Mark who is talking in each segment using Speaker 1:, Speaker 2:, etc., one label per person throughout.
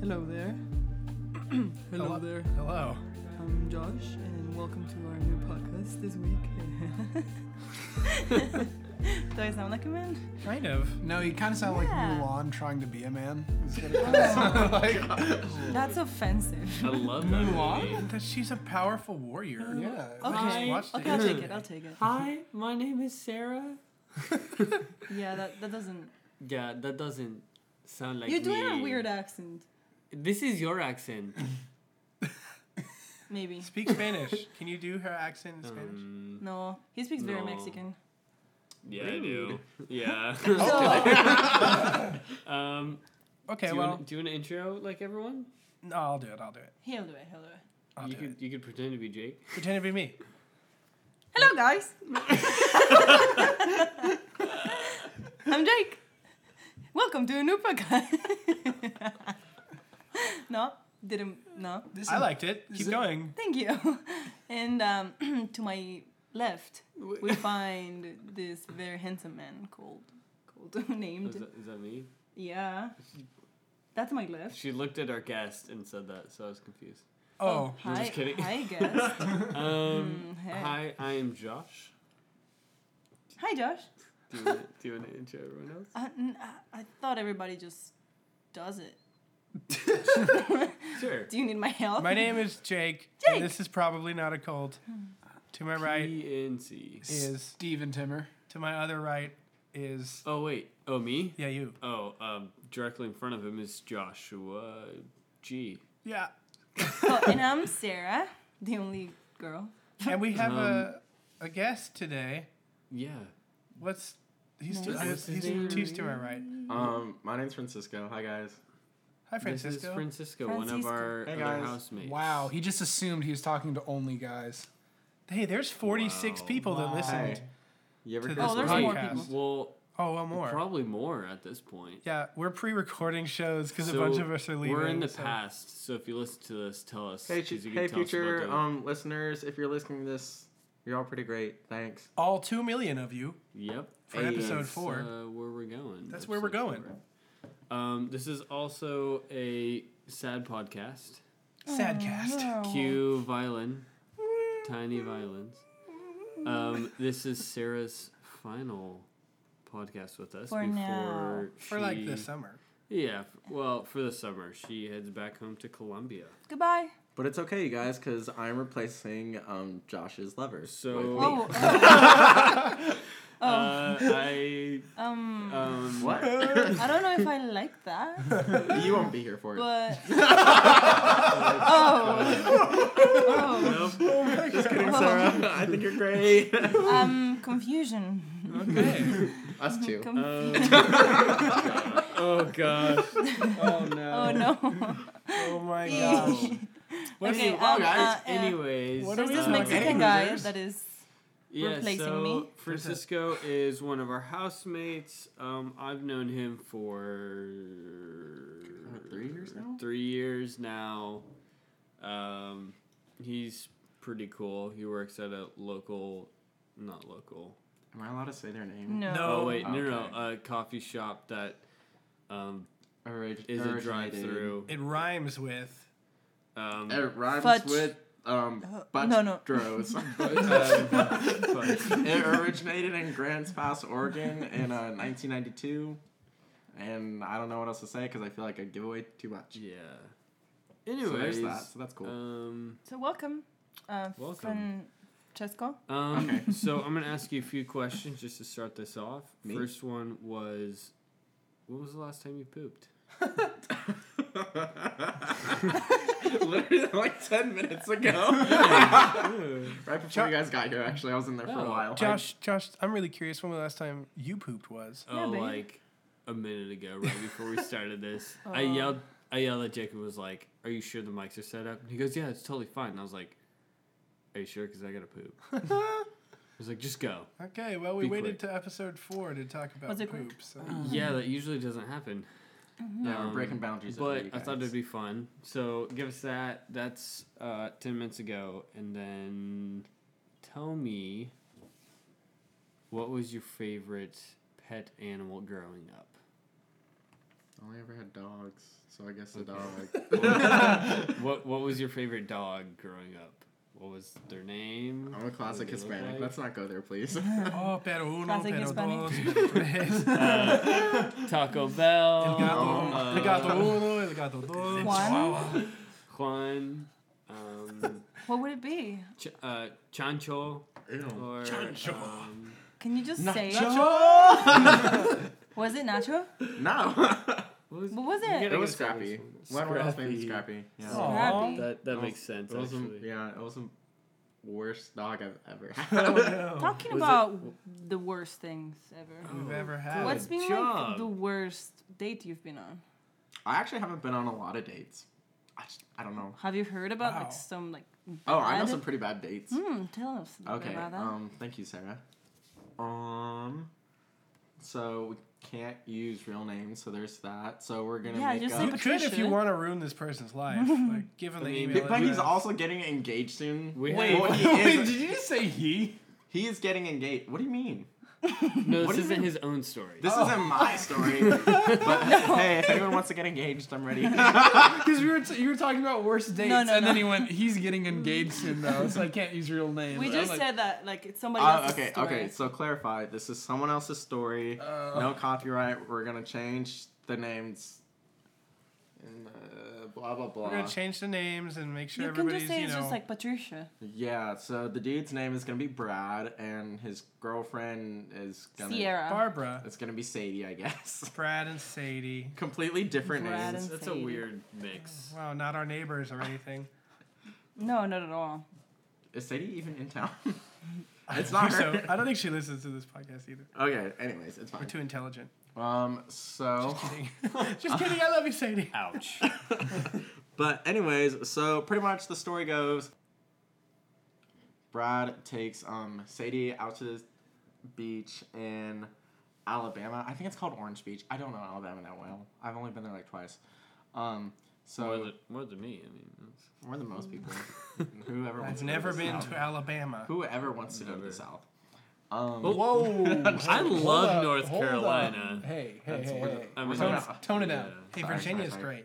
Speaker 1: Hello there. Hello
Speaker 2: Hello.
Speaker 1: there.
Speaker 2: Hello.
Speaker 1: I'm Josh, and welcome to our new podcast this week.
Speaker 3: Do I sound like a man?
Speaker 2: Kind of.
Speaker 4: No, you kind of sound
Speaker 3: Yeah.
Speaker 4: like Mulan trying to be a man. It's gonna kinda sound like,
Speaker 3: That's offensive.
Speaker 5: I love that movie.
Speaker 2: That she's a powerful warrior.
Speaker 4: yeah.
Speaker 3: Okay.
Speaker 2: watched
Speaker 3: Okay, I'll take it. I'll take it.
Speaker 5: Hi, my name is Sarah.
Speaker 3: Yeah, that, that doesn't.
Speaker 5: Yeah, that doesn't sound like
Speaker 3: You're doing
Speaker 5: me.
Speaker 3: a weird accent,
Speaker 5: This is your accent.
Speaker 3: maybe.
Speaker 2: Speak Spanish. Can you do her accent in Spanish?
Speaker 5: Um,
Speaker 3: No, he speaks very
Speaker 5: No.
Speaker 3: Mexican.
Speaker 5: yeah, I do. Yeah.
Speaker 3: Oh.
Speaker 5: um,
Speaker 2: Okay,
Speaker 5: do, you
Speaker 2: well,
Speaker 5: want, do you want an intro like everyone?
Speaker 2: no, I'll do it. I'll do it.
Speaker 3: He'll do it. He'll do it.
Speaker 2: I'll
Speaker 5: you
Speaker 2: do
Speaker 5: could
Speaker 2: it.
Speaker 5: you could pretend to be Jake.
Speaker 2: Pretend to be me.
Speaker 3: Hello, guys. I'm Jake. Welcome to a new podcast. no, didn't. No,
Speaker 4: This
Speaker 2: I
Speaker 4: is-
Speaker 2: liked it. Keep going.
Speaker 3: thank you. And um, to my left, we find this very handsome man called called
Speaker 5: Is
Speaker 3: named
Speaker 5: that, is that me?
Speaker 3: Yeah. That's my left.
Speaker 5: She looked at our guest and said that, so I was confused.
Speaker 2: Oh,
Speaker 3: hi,
Speaker 5: just kidding.
Speaker 3: Hi, guest.
Speaker 5: Um,
Speaker 3: Mm, hey. hi.
Speaker 5: hi, I am Josh.
Speaker 3: Josh.
Speaker 5: Do you, want, do you want to intro everyone else?
Speaker 3: I, n- I- I thought everybody just does it.
Speaker 5: Sure.
Speaker 3: Do you need my help?
Speaker 2: Oh, my name is Jake.
Speaker 3: Jake.
Speaker 2: And this is probably not a cold. To my right
Speaker 5: E PNC.
Speaker 2: is.
Speaker 4: Steven Timmer.
Speaker 2: To my other right is.
Speaker 5: Oh wait. Oh me?
Speaker 2: Yeah, you.
Speaker 5: Oh, um, directly in front of him is Joshua G.
Speaker 2: Yeah.
Speaker 3: Oh, and I'm Sarah, the only girl.
Speaker 2: And we have
Speaker 5: Um,
Speaker 2: a a guest today.
Speaker 5: Yeah.
Speaker 2: What's he's to, uh,
Speaker 5: What's
Speaker 2: he's,
Speaker 5: his name?
Speaker 2: he's to my right.
Speaker 6: Um, my name's Francisco. Hi guys.
Speaker 2: Hi,
Speaker 5: This is
Speaker 2: Francisco.
Speaker 5: Francisco, one of
Speaker 3: Francisco.
Speaker 5: our
Speaker 6: Hey,
Speaker 5: other
Speaker 6: guys.
Speaker 5: housemates.
Speaker 4: Wow, he just assumed he was talking to only guys.
Speaker 2: hey, there's 46
Speaker 5: Wow.
Speaker 2: people that
Speaker 4: Wow.
Speaker 2: listened.
Speaker 6: Hi. You ever
Speaker 2: to
Speaker 6: come
Speaker 2: this
Speaker 3: Oh, there's
Speaker 6: across-
Speaker 3: more
Speaker 2: podcast.
Speaker 3: people.
Speaker 5: Well,
Speaker 2: Oh, well, more.
Speaker 5: probably more at this point.
Speaker 2: yeah, we're pre-recording shows because a bunch
Speaker 5: So,
Speaker 2: of us are leaving.
Speaker 5: We're in the
Speaker 2: so-
Speaker 5: past, so if you listen to this, tell us.
Speaker 6: Hey,
Speaker 5: 'cause
Speaker 6: fu-
Speaker 5: you can
Speaker 6: hey,
Speaker 5: tell us about
Speaker 6: future
Speaker 5: the-
Speaker 6: um listeners, if you're listening to this, you're all pretty great. Thanks.
Speaker 2: All two million of you.
Speaker 6: um,
Speaker 5: Yep.
Speaker 2: for
Speaker 5: Hey,
Speaker 2: episode
Speaker 5: that's,
Speaker 2: four.
Speaker 5: Uh, where we're going.
Speaker 2: That's where we're
Speaker 5: Episode
Speaker 2: going.
Speaker 5: four. Um, this is also a sad podcast. uh,
Speaker 3: Oh,
Speaker 2: Sadcast.
Speaker 5: Cue violin, tiny violins. Um, this is Sarah's final podcast with us
Speaker 3: For
Speaker 5: before
Speaker 3: now.
Speaker 2: For like the
Speaker 5: she-
Speaker 2: summer.
Speaker 5: Yeah, f- well, for the summer, she heads back home to Colombia.
Speaker 3: Goodbye.
Speaker 6: But it's okay, you guys, because I'm replacing um Josh's lover.
Speaker 5: So-
Speaker 6: Wait, wait.
Speaker 3: Oh, uh,
Speaker 5: Uh, I
Speaker 3: Oh. um,
Speaker 5: um
Speaker 6: what?
Speaker 3: I don't know if I like that,
Speaker 6: you won't be here for it.
Speaker 3: but.
Speaker 5: uh,
Speaker 3: oh. oh.
Speaker 6: Just kidding, Sarah. I think you're great.
Speaker 3: Um, confusion.
Speaker 2: Okay.
Speaker 6: Us too.
Speaker 3: Confusion.
Speaker 5: oh gosh.
Speaker 2: oh no.
Speaker 3: oh, no.
Speaker 2: Oh my gosh. What
Speaker 3: Okay,
Speaker 2: is-
Speaker 3: um,
Speaker 6: guys,
Speaker 3: uh, uh,
Speaker 5: Anyways, um,
Speaker 2: What are
Speaker 3: There's
Speaker 2: we
Speaker 3: this
Speaker 2: doing?
Speaker 3: Mexican
Speaker 2: Any
Speaker 3: guy
Speaker 2: reserves?
Speaker 3: that is
Speaker 5: yeah,
Speaker 3: replacing
Speaker 5: so
Speaker 3: me?
Speaker 5: Francisco is one of our housemates. Um, I've known him for
Speaker 6: Uh, three years now?
Speaker 5: Three years now. Um, he's pretty cool. He works at a local, not local.
Speaker 6: Am I allowed to say their name?
Speaker 3: no.
Speaker 2: No.
Speaker 5: Oh, wait, no, no,
Speaker 6: okay.
Speaker 5: no, a coffee shop that um,
Speaker 6: Orig-
Speaker 5: is a
Speaker 6: originated-
Speaker 5: drive-through.
Speaker 2: It rhymes with
Speaker 5: Um,
Speaker 6: It rhymes
Speaker 3: Fudge.
Speaker 6: with um
Speaker 3: Uh,
Speaker 6: but
Speaker 3: no, no.
Speaker 5: but-
Speaker 6: It originated in Grants Pass, Oregon, in uh, 1992, and I don't know what else to say because I feel like I give away too much.
Speaker 5: yeah.
Speaker 6: So
Speaker 5: Anyways,
Speaker 6: there's that. So that's cool.
Speaker 5: um,
Speaker 3: So welcome, uh,
Speaker 5: Welcome.
Speaker 3: Francesco.
Speaker 5: Um,
Speaker 6: Okay.
Speaker 5: so I'm gonna ask you a few questions just to start this off.
Speaker 6: Me?
Speaker 5: First one was, what was the last time you pooped? uh,
Speaker 6: Literally like 10 minutes ago. right before
Speaker 2: Jo-
Speaker 6: you guys got here, actually, I was in there for
Speaker 5: Oh,
Speaker 6: a while.
Speaker 2: Josh. Josh, I'm really curious when the last time you pooped was.
Speaker 5: Oh,
Speaker 3: babe.
Speaker 5: like a minute ago, right before we started this, I yelled. I yelled at Jake and was like, "Are you sure the mics are set up?" And he goes, "Yeah, it's totally fine." And I was like, "Are you sure? Because I gotta poop." I was like, "Just go."
Speaker 2: Okay, well we
Speaker 5: Be
Speaker 2: waited
Speaker 5: quick.
Speaker 2: to episode four to talk about
Speaker 3: Was it quick? Uh,
Speaker 2: poop. So.
Speaker 5: Yeah, that usually doesn't happen.
Speaker 6: Uh-huh. yeah,
Speaker 5: Um,
Speaker 6: we're breaking boundaries. over
Speaker 5: But
Speaker 6: you
Speaker 5: I thought
Speaker 6: guys.
Speaker 5: it'd be fun. So give us that. That's uh, 10 minutes ago. And then tell me what was your favorite pet animal growing up?
Speaker 6: I only ever had dogs, so I guess the dog.
Speaker 5: What What was your favorite dog growing up? What was their name?
Speaker 6: I'm a classic
Speaker 5: What did they look
Speaker 6: Hispanic.
Speaker 5: like?
Speaker 6: Let's not go there, please.
Speaker 4: Oh, pero uno,
Speaker 3: Classic
Speaker 4: pero
Speaker 3: Hispanic.
Speaker 4: dos, pero tres.
Speaker 5: Taco
Speaker 4: El gato,
Speaker 5: Bell.
Speaker 4: el gato uno, el gato dos.
Speaker 3: Juan?
Speaker 5: Juan. Um,
Speaker 3: What would it be?
Speaker 5: ch- uh, Chancho.
Speaker 6: Ew.
Speaker 5: Or,
Speaker 4: Chancho.
Speaker 5: um,
Speaker 3: Can you just say it?
Speaker 2: Oh!
Speaker 3: Was it Nacho?
Speaker 6: No,
Speaker 5: what was,
Speaker 3: What was
Speaker 5: you gotta
Speaker 3: it?
Speaker 6: it was
Speaker 5: get some-
Speaker 6: Scrappy. One word else named
Speaker 5: Scrappy.
Speaker 6: Scrappy. Yeah.
Speaker 4: Aw.
Speaker 3: Scrappy.
Speaker 5: That that
Speaker 6: It
Speaker 5: makes
Speaker 6: was-
Speaker 5: sense.
Speaker 6: It was the-
Speaker 5: Actually.
Speaker 6: yeah, it was the worst dog I've ever
Speaker 4: Oh,
Speaker 6: had.
Speaker 4: no.
Speaker 3: Talking
Speaker 5: Was it-
Speaker 3: about the worst things
Speaker 2: Mm.
Speaker 3: ever.
Speaker 4: We've ever had.
Speaker 3: What's been like
Speaker 5: job.
Speaker 3: the worst date you've been on?
Speaker 6: I actually haven't been on a lot of dates. I, just, I don't know.
Speaker 3: Have you heard about
Speaker 4: Wow.
Speaker 3: like some like?
Speaker 6: Oh, I know
Speaker 3: Bad?
Speaker 6: some pretty bad dates.
Speaker 3: Hmm. Tell us a bit
Speaker 6: Okay.
Speaker 3: about that.
Speaker 6: Um. Thank you, Sarah. Um. So we can't use real names, so there's that. So we're gonna
Speaker 3: Yeah,
Speaker 6: make
Speaker 3: just
Speaker 6: up.
Speaker 4: You
Speaker 3: But
Speaker 4: could if you
Speaker 3: Patricia-
Speaker 4: want to ruin this person's life. Like, give him the
Speaker 5: I mean,
Speaker 4: email.
Speaker 6: but he's
Speaker 4: address.
Speaker 6: also getting engaged soon.
Speaker 5: We
Speaker 6: Wait,
Speaker 5: have-
Speaker 6: well, he is.
Speaker 2: you just say he?
Speaker 6: He is getting engaged. What do you mean?
Speaker 5: No,
Speaker 6: What
Speaker 5: this
Speaker 6: is
Speaker 5: isn't
Speaker 6: it?
Speaker 5: his own story.
Speaker 6: This isn't my story. but hey, if anyone wants to get engaged, I'm ready.
Speaker 2: Because we were t- you were talking about worst dates,
Speaker 3: no,
Speaker 2: and
Speaker 3: no.
Speaker 2: then he went, he's getting engaged soon though, so I can't use real names.
Speaker 3: we
Speaker 2: I'm
Speaker 3: just
Speaker 2: like,
Speaker 3: said that like it's somebody
Speaker 6: Uh,
Speaker 3: else's
Speaker 6: okay,
Speaker 3: story.
Speaker 6: okay. So clarify. This is someone else's story.
Speaker 2: Uh.
Speaker 6: no copyright. We're gonna change the names. And uh, blah blah blah.
Speaker 4: We're gonna change the names and make sure
Speaker 3: You can
Speaker 4: everybody's
Speaker 3: just say
Speaker 4: you
Speaker 3: it's
Speaker 4: know.
Speaker 3: just like Patricia.
Speaker 6: yeah. So the dude's name is gonna be Brad, and his girlfriend is gonna.
Speaker 3: Sierra.
Speaker 4: Barbara,
Speaker 6: It's gonna be Sadie, I guess.
Speaker 4: Brad, and Sadie.
Speaker 6: Completely different
Speaker 3: Brad
Speaker 6: names.
Speaker 3: and-
Speaker 5: That's a
Speaker 3: Sadie.
Speaker 5: weird mix.
Speaker 4: Wow, not our neighbors or anything.
Speaker 3: No, not at all.
Speaker 6: Is Sadie even in town?
Speaker 4: I
Speaker 6: It's
Speaker 4: don't
Speaker 6: not
Speaker 4: think
Speaker 6: her.
Speaker 4: So I don't think she listens to this podcast either.
Speaker 6: okay. Anyways, it's
Speaker 4: We're
Speaker 6: fine.
Speaker 4: too intelligent.
Speaker 6: Um. So.
Speaker 4: Just kidding. just kidding. I love you, Sadie.
Speaker 5: Ouch.
Speaker 6: But anyways, so pretty much the story goes Brad takes um Sadie out to the beach in Alabama. I think it's called Orange Beach. I don't know Alabama that well. I've only been there like twice. Um so
Speaker 5: More
Speaker 6: more
Speaker 5: than, more than me. I mean, that's-
Speaker 6: than, most people. Whoever wants
Speaker 4: I've
Speaker 6: to
Speaker 4: never
Speaker 6: go to the
Speaker 4: been
Speaker 6: South.
Speaker 4: to Alabama.
Speaker 6: Whoever wants to go to the
Speaker 5: Never.
Speaker 6: South. Um
Speaker 4: Whoa!
Speaker 5: I
Speaker 2: Hold
Speaker 5: love
Speaker 2: up,
Speaker 5: North
Speaker 2: hold up.
Speaker 5: Carolina.
Speaker 2: Hey, hey,
Speaker 6: That's
Speaker 2: hey,
Speaker 6: one of
Speaker 2: hey.
Speaker 6: the-
Speaker 5: I mean,
Speaker 4: Tone,
Speaker 6: Sorry,
Speaker 4: tone it down.
Speaker 5: sorry,
Speaker 4: Hey,
Speaker 6: sorry,
Speaker 4: Virginia's
Speaker 6: sorry.
Speaker 4: great.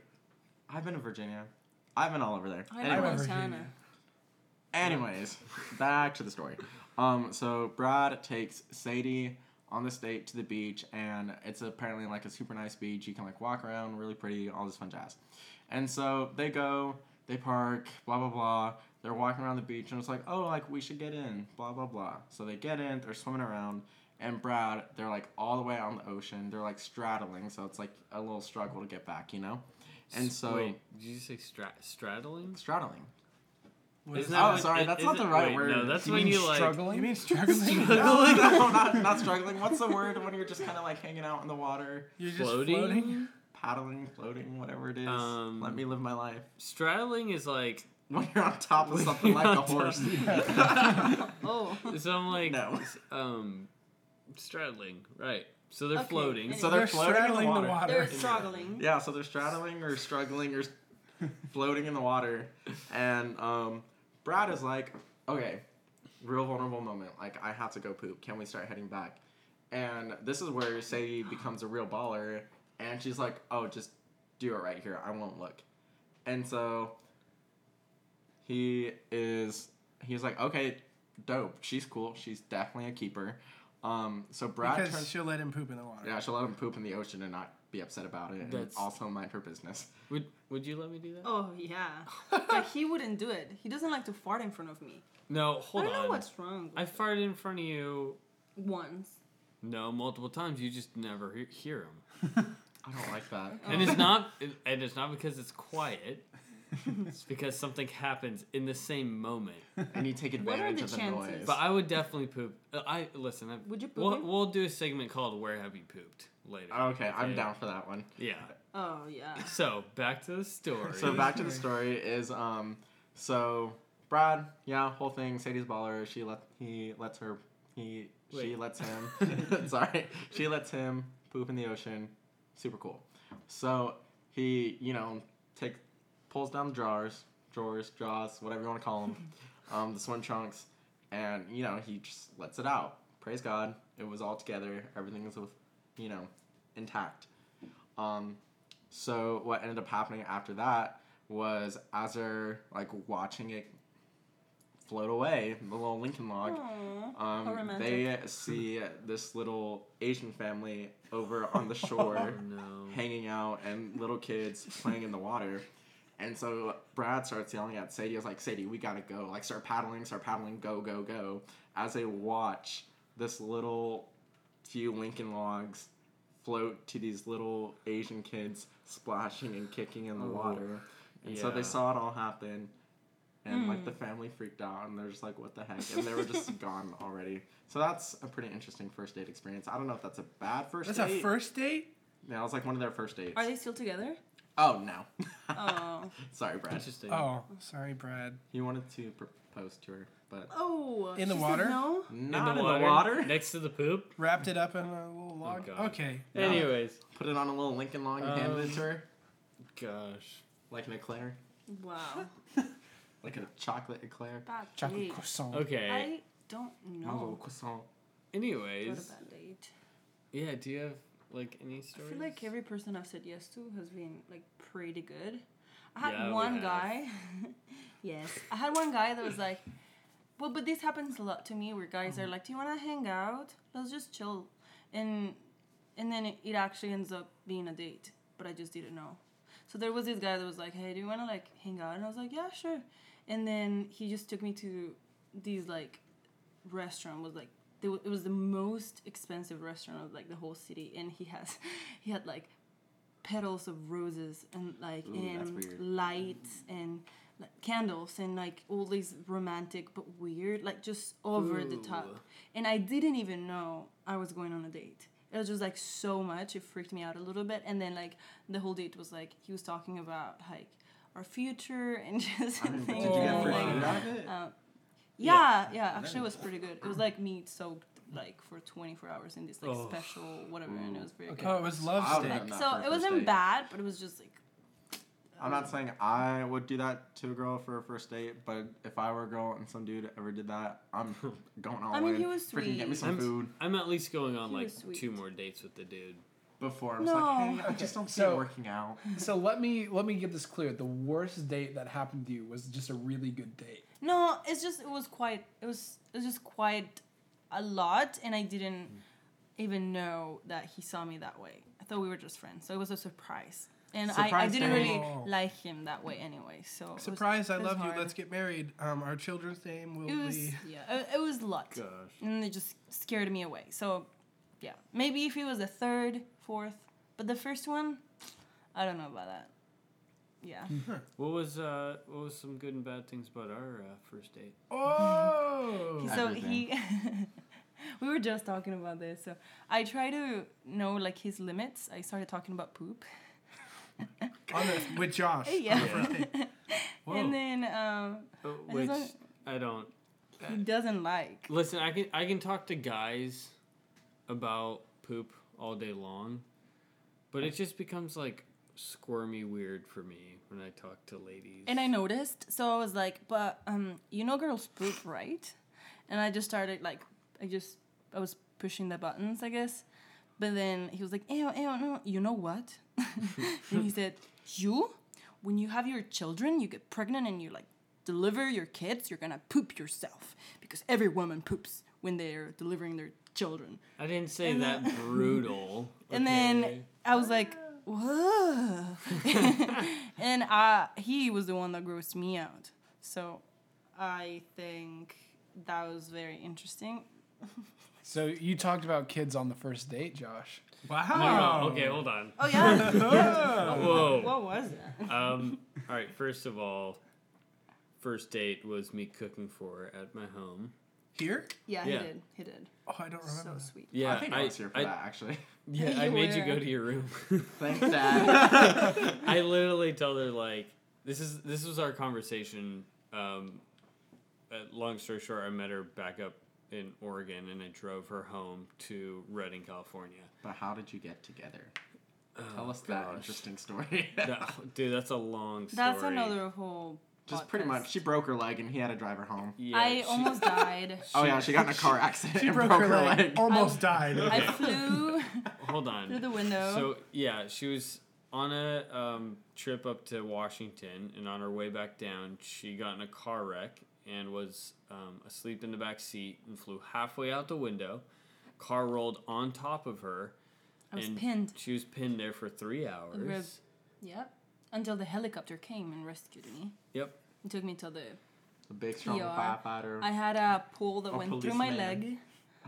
Speaker 6: I've been to Virginia. I've been all over there.
Speaker 3: I
Speaker 4: Anyways.
Speaker 3: love
Speaker 4: Virginia.
Speaker 3: Montana.
Speaker 6: Anyways, back to the story. Um, so Brad takes Sadie on this date to the beach, and it's apparently like a super nice beach. You can like walk around, really pretty, all this fun jazz. And so they go, they park, blah blah blah. They're walking around the beach, and it's like, oh, like we should get in, blah blah blah. So they get in, they're swimming around, and Brad, they're like all the way on the ocean. They're like straddling, so it's like a little struggle to get back, you know. And so
Speaker 5: Wait, did you say stra- straddling?
Speaker 6: straddling.
Speaker 4: What is
Speaker 6: that- Oh, sorry,
Speaker 5: it-
Speaker 6: that's not
Speaker 5: isn't-
Speaker 6: the right
Speaker 5: wait,
Speaker 6: word.
Speaker 5: No, that's
Speaker 2: You
Speaker 5: when
Speaker 2: mean
Speaker 5: you like.
Speaker 4: that?
Speaker 2: struggling?
Speaker 4: You mean struggling?
Speaker 6: No, no, not, not struggling. What's the word when you're just kind of like hanging out in the water,
Speaker 4: You're just
Speaker 5: Floating?
Speaker 4: floating?
Speaker 6: paddling, floating, whatever it is?
Speaker 5: Um,
Speaker 6: Let me live my life.
Speaker 5: Straddling is like
Speaker 6: When you're on top of
Speaker 5: When
Speaker 6: something
Speaker 5: you're
Speaker 6: like
Speaker 5: on
Speaker 6: a
Speaker 5: top-
Speaker 6: horse.
Speaker 3: Oh.
Speaker 5: so I'm like
Speaker 6: No.
Speaker 5: s- um straddling, right. So they're
Speaker 3: Okay,
Speaker 5: floating.
Speaker 3: anyway.
Speaker 6: So they're,
Speaker 4: They're
Speaker 6: floating in the
Speaker 4: straddling
Speaker 6: water.
Speaker 3: They're struggling.
Speaker 6: Yeah, so they're straddling or struggling or floating in the water. And um, Brad is like, okay, real vulnerable moment. Like, I have to go poop. Can we start heading back? And this is where Sadie becomes a real baller. And she's like, oh, just do it right here. I won't look. And so he is, he's like, okay, dope. She's cool. She's definitely a keeper. Um, so Brad
Speaker 4: Because
Speaker 6: turns.
Speaker 4: she'll let him poop in the water.
Speaker 6: Yeah, she'll let him poop in the ocean and not be upset about it, and
Speaker 5: That's-
Speaker 6: also mind her business.
Speaker 5: Would would you let me do that?
Speaker 3: Oh yeah. but he wouldn't do it. He doesn't like to fart in front of me.
Speaker 5: No, hold
Speaker 3: I don't
Speaker 5: on.
Speaker 3: know what's wrong.
Speaker 5: I farted in front of you.
Speaker 3: Once.
Speaker 5: No, multiple times. You just never he- hear them,
Speaker 6: I don't like that.
Speaker 3: Oh.
Speaker 5: and it's not. And it's not because it's quiet. it's because something happens in the same moment.
Speaker 6: And you take
Speaker 3: What are
Speaker 6: advantage
Speaker 3: the
Speaker 6: of the
Speaker 3: chances?
Speaker 6: noise.
Speaker 5: But I would definitely poop. Uh, I listen. I,
Speaker 3: Would you poop
Speaker 5: We'll,
Speaker 3: it?
Speaker 5: we'll do a segment called "Where Have You Pooped" later.
Speaker 6: okay, I'm down for that one.
Speaker 5: Yeah.
Speaker 3: Oh yeah.
Speaker 5: So back to the story.
Speaker 6: So back to the story is um, so Brad, yeah, whole thing. Sadie's baller. She let he lets her he she
Speaker 5: Wait.
Speaker 6: lets him. sorry, she lets him poop in the ocean. Super cool. So he you know take pulls down the drawers, drawers, jaws, whatever you want to call them, um, the swim trunks, and you know he just lets it out. Praise God, it was all together. Everything is with you know intact. Um, So what ended up happening after that was as they're like watching it float away, the little Lincoln log.
Speaker 3: how
Speaker 6: Um,
Speaker 3: romantic.
Speaker 6: they see this little Asian family over on the shore
Speaker 5: Oh, No.
Speaker 6: hanging out and little kids playing in the water. And so Brad starts yelling at Sadie. I was like, Sadie, we gotta go. Like, start paddling, start paddling, go, go, go. As they watch this little few Lincoln logs float to these little Asian kids splashing and kicking in the
Speaker 5: Oh,
Speaker 6: water. And so
Speaker 5: yeah.
Speaker 6: they saw it all happen. And like the family freaked out and they're just like, what the heck? And they were just gone already. So that's a pretty interesting first date experience. I don't know if that's a bad first
Speaker 4: That's
Speaker 6: date.
Speaker 4: a first date?
Speaker 6: Yeah, it was like one of their first dates.
Speaker 3: Are they still together?
Speaker 6: Oh no.
Speaker 3: Oh.
Speaker 6: Sorry, Brad.
Speaker 5: Interesting.
Speaker 4: Oh, sorry, Brad.
Speaker 6: He wanted to propose to her, but
Speaker 3: Oh.
Speaker 4: In the
Speaker 3: she said
Speaker 4: water?
Speaker 3: No.
Speaker 6: not in the water.
Speaker 5: next to the poop.
Speaker 4: Wrapped it up in a little log.
Speaker 5: Oh, God.
Speaker 4: okay.
Speaker 6: Yeah.
Speaker 5: Anyways,
Speaker 6: Put it on a little Lincoln log and handed it to her,
Speaker 5: gosh,
Speaker 6: like an eclair,
Speaker 3: Wow.
Speaker 6: like a chocolate eclair.
Speaker 3: Bad
Speaker 4: Chocolate
Speaker 3: date.
Speaker 4: croissant.
Speaker 5: okay.
Speaker 3: I don't
Speaker 6: My little
Speaker 3: know.
Speaker 6: croissant.
Speaker 3: What
Speaker 5: Anyways,
Speaker 3: about date?
Speaker 5: yeah. Do you have like any
Speaker 3: I
Speaker 5: stories?
Speaker 3: feel like every person I've said yes to has been like pretty good. I had
Speaker 5: Yeah, we
Speaker 3: one
Speaker 5: have.
Speaker 3: guy. yes, I had one guy that was like, "Well, but this happens a lot to me where guys are like, "Do you want to hang out? Let's just chill," and and then it, it actually ends up being a date, but I just didn't know. So there was this guy that was like, "Hey, do you want to like hang out?" And I was like, "Yeah, sure." And then he just took me to these like restaurant was like they, w- it was the most expensive restaurant of like the whole city and he has he had like petals of roses and like
Speaker 6: Ooh, that's
Speaker 3: and
Speaker 6: weird.
Speaker 3: lights and like, candles and like all these romantic but weird like just over the top
Speaker 5: Ooh.
Speaker 3: and i didn't even know i was going on a date it was just like so much it freaked me out a little bit and then like the whole date was like he was talking about like our future and just
Speaker 6: I mean, but
Speaker 3: things
Speaker 6: did you
Speaker 3: and
Speaker 6: get
Speaker 3: I'm
Speaker 6: free
Speaker 3: like,
Speaker 6: food out of it?
Speaker 3: yeah, yeah, actually, it was pretty good. It was like meat soaked like for 24 hours in this like
Speaker 5: Oh.
Speaker 3: special whatever, and it was very
Speaker 4: Oh,
Speaker 3: good.
Speaker 4: it was love
Speaker 6: I
Speaker 4: steak.
Speaker 6: would've- I'm not
Speaker 3: so
Speaker 6: for a
Speaker 3: it
Speaker 6: first
Speaker 3: wasn't
Speaker 6: date.
Speaker 3: bad, but it was just like
Speaker 6: I'm not saying I would do that to a girl for a first date, but if I were a girl and some dude ever did that, I'm going all
Speaker 3: I mean,
Speaker 6: in.
Speaker 3: he was
Speaker 6: Freaking get me
Speaker 3: sweet.
Speaker 6: some food
Speaker 5: I'm at least going on
Speaker 3: He
Speaker 5: like
Speaker 3: was sweet.
Speaker 5: two more dates with the dude.
Speaker 6: before. I'm
Speaker 3: No.
Speaker 6: just like, hey, I just don't see
Speaker 4: so-
Speaker 6: it working out.
Speaker 4: So let me let me get this clear. The worst date that happened to you was just a really good date.
Speaker 3: no. It's just it was quite. It was it was just quite a lot, and I didn't even know that he saw me that way. I thought we were just friends, so it was a surprise. And I, I
Speaker 6: Surprise
Speaker 3: didn't
Speaker 6: date.
Speaker 3: really
Speaker 4: Oh.
Speaker 3: like him that way anyway. So it was-
Speaker 4: Surprise! I
Speaker 3: it was
Speaker 4: love
Speaker 3: hard.
Speaker 4: you. Let's get married. Um, our children's name will
Speaker 3: It was
Speaker 4: be.
Speaker 3: yeah. It, it was a lot.
Speaker 5: Gosh.
Speaker 3: and they just scared me away. So, yeah, maybe if it was the third, fourth, but the first one, I don't know about that. Yeah,
Speaker 5: What was uh what was some good and bad things about our uh, first date?
Speaker 4: Oh.
Speaker 3: so he. we were just talking about this. So I try to know like his limits. I started talking about poop.
Speaker 4: On the- with Josh.
Speaker 3: Yeah.
Speaker 5: Whoa.
Speaker 3: and then um,
Speaker 5: Uh,
Speaker 3: I
Speaker 5: which
Speaker 3: just
Speaker 5: I don't
Speaker 3: he doesn't like.
Speaker 5: listen. I can I can talk to guys about poop all day long, but it just becomes like squirmy weird for me when I talk to ladies.
Speaker 3: And I noticed, so I was like, "But um, you know, girls poop, right?" And I just started like, I just I was pushing the buttons, I guess. But then he was like, "Ew, ew, no, you know what?" and he said, "You, when you have your children, you get pregnant and you like deliver your kids, you're gonna poop yourself because every woman poops when they're delivering their children."
Speaker 5: I didn't say
Speaker 3: and
Speaker 5: that brutal.
Speaker 3: And then
Speaker 5: okay?
Speaker 3: I was like, whoa. and I, he was the one that grossed me out. So I think that was very interesting.
Speaker 4: So you talked about kids on the first date, Josh.
Speaker 5: No,
Speaker 4: Wow.
Speaker 5: no, Oh, okay, hold on.
Speaker 3: Oh, yeah.
Speaker 5: Whoa.
Speaker 3: what was that?
Speaker 5: Um. All right. First of all, first date was me cooking for her at my home.
Speaker 4: Here?
Speaker 3: Yeah,
Speaker 5: Yeah.
Speaker 3: he did. He did.
Speaker 4: Oh, I don't
Speaker 3: So
Speaker 4: remember.
Speaker 3: sweet.
Speaker 5: Yeah,
Speaker 6: I think I, was here for
Speaker 5: I-
Speaker 6: that actually.
Speaker 5: Yeah, I
Speaker 3: You
Speaker 5: made you
Speaker 3: were.
Speaker 5: go to your room.
Speaker 6: Thanks, Dad.
Speaker 5: I literally told her like, this is this was our conversation. Um, uh, long story short, I met her back up in Oregon, and I drove her home to Redding, California.
Speaker 6: but how did you get together? Tell
Speaker 5: Oh,
Speaker 6: us that
Speaker 5: gosh.
Speaker 6: interesting story.
Speaker 5: That- dude, that's a long story.
Speaker 3: That's another whole.
Speaker 6: Just pretty
Speaker 3: podcast.
Speaker 6: much, she broke her leg and he had to drive her home.
Speaker 5: Yeah,
Speaker 3: I
Speaker 5: she-
Speaker 3: almost died.
Speaker 6: Oh yeah, she got in a car accident.
Speaker 4: She
Speaker 6: and
Speaker 4: broke her
Speaker 3: Oh.
Speaker 4: leg. Almost died.
Speaker 3: I flew
Speaker 5: Hold on.
Speaker 3: through the window.
Speaker 5: So yeah, she was on a um, trip up to Washington, and on her way back down, she got in a car wreck and was um, asleep in the back seat and flew halfway out the window. Car rolled on top of her.
Speaker 3: I was pinned.
Speaker 5: She was pinned there for three hours.
Speaker 3: And we're- Yep. Until the helicopter came and rescued me.
Speaker 5: Yep.
Speaker 3: It took me till the.
Speaker 6: The big strong
Speaker 3: ER.
Speaker 6: firefighter.
Speaker 3: I had a pole that
Speaker 6: A
Speaker 3: went through my
Speaker 6: policeman.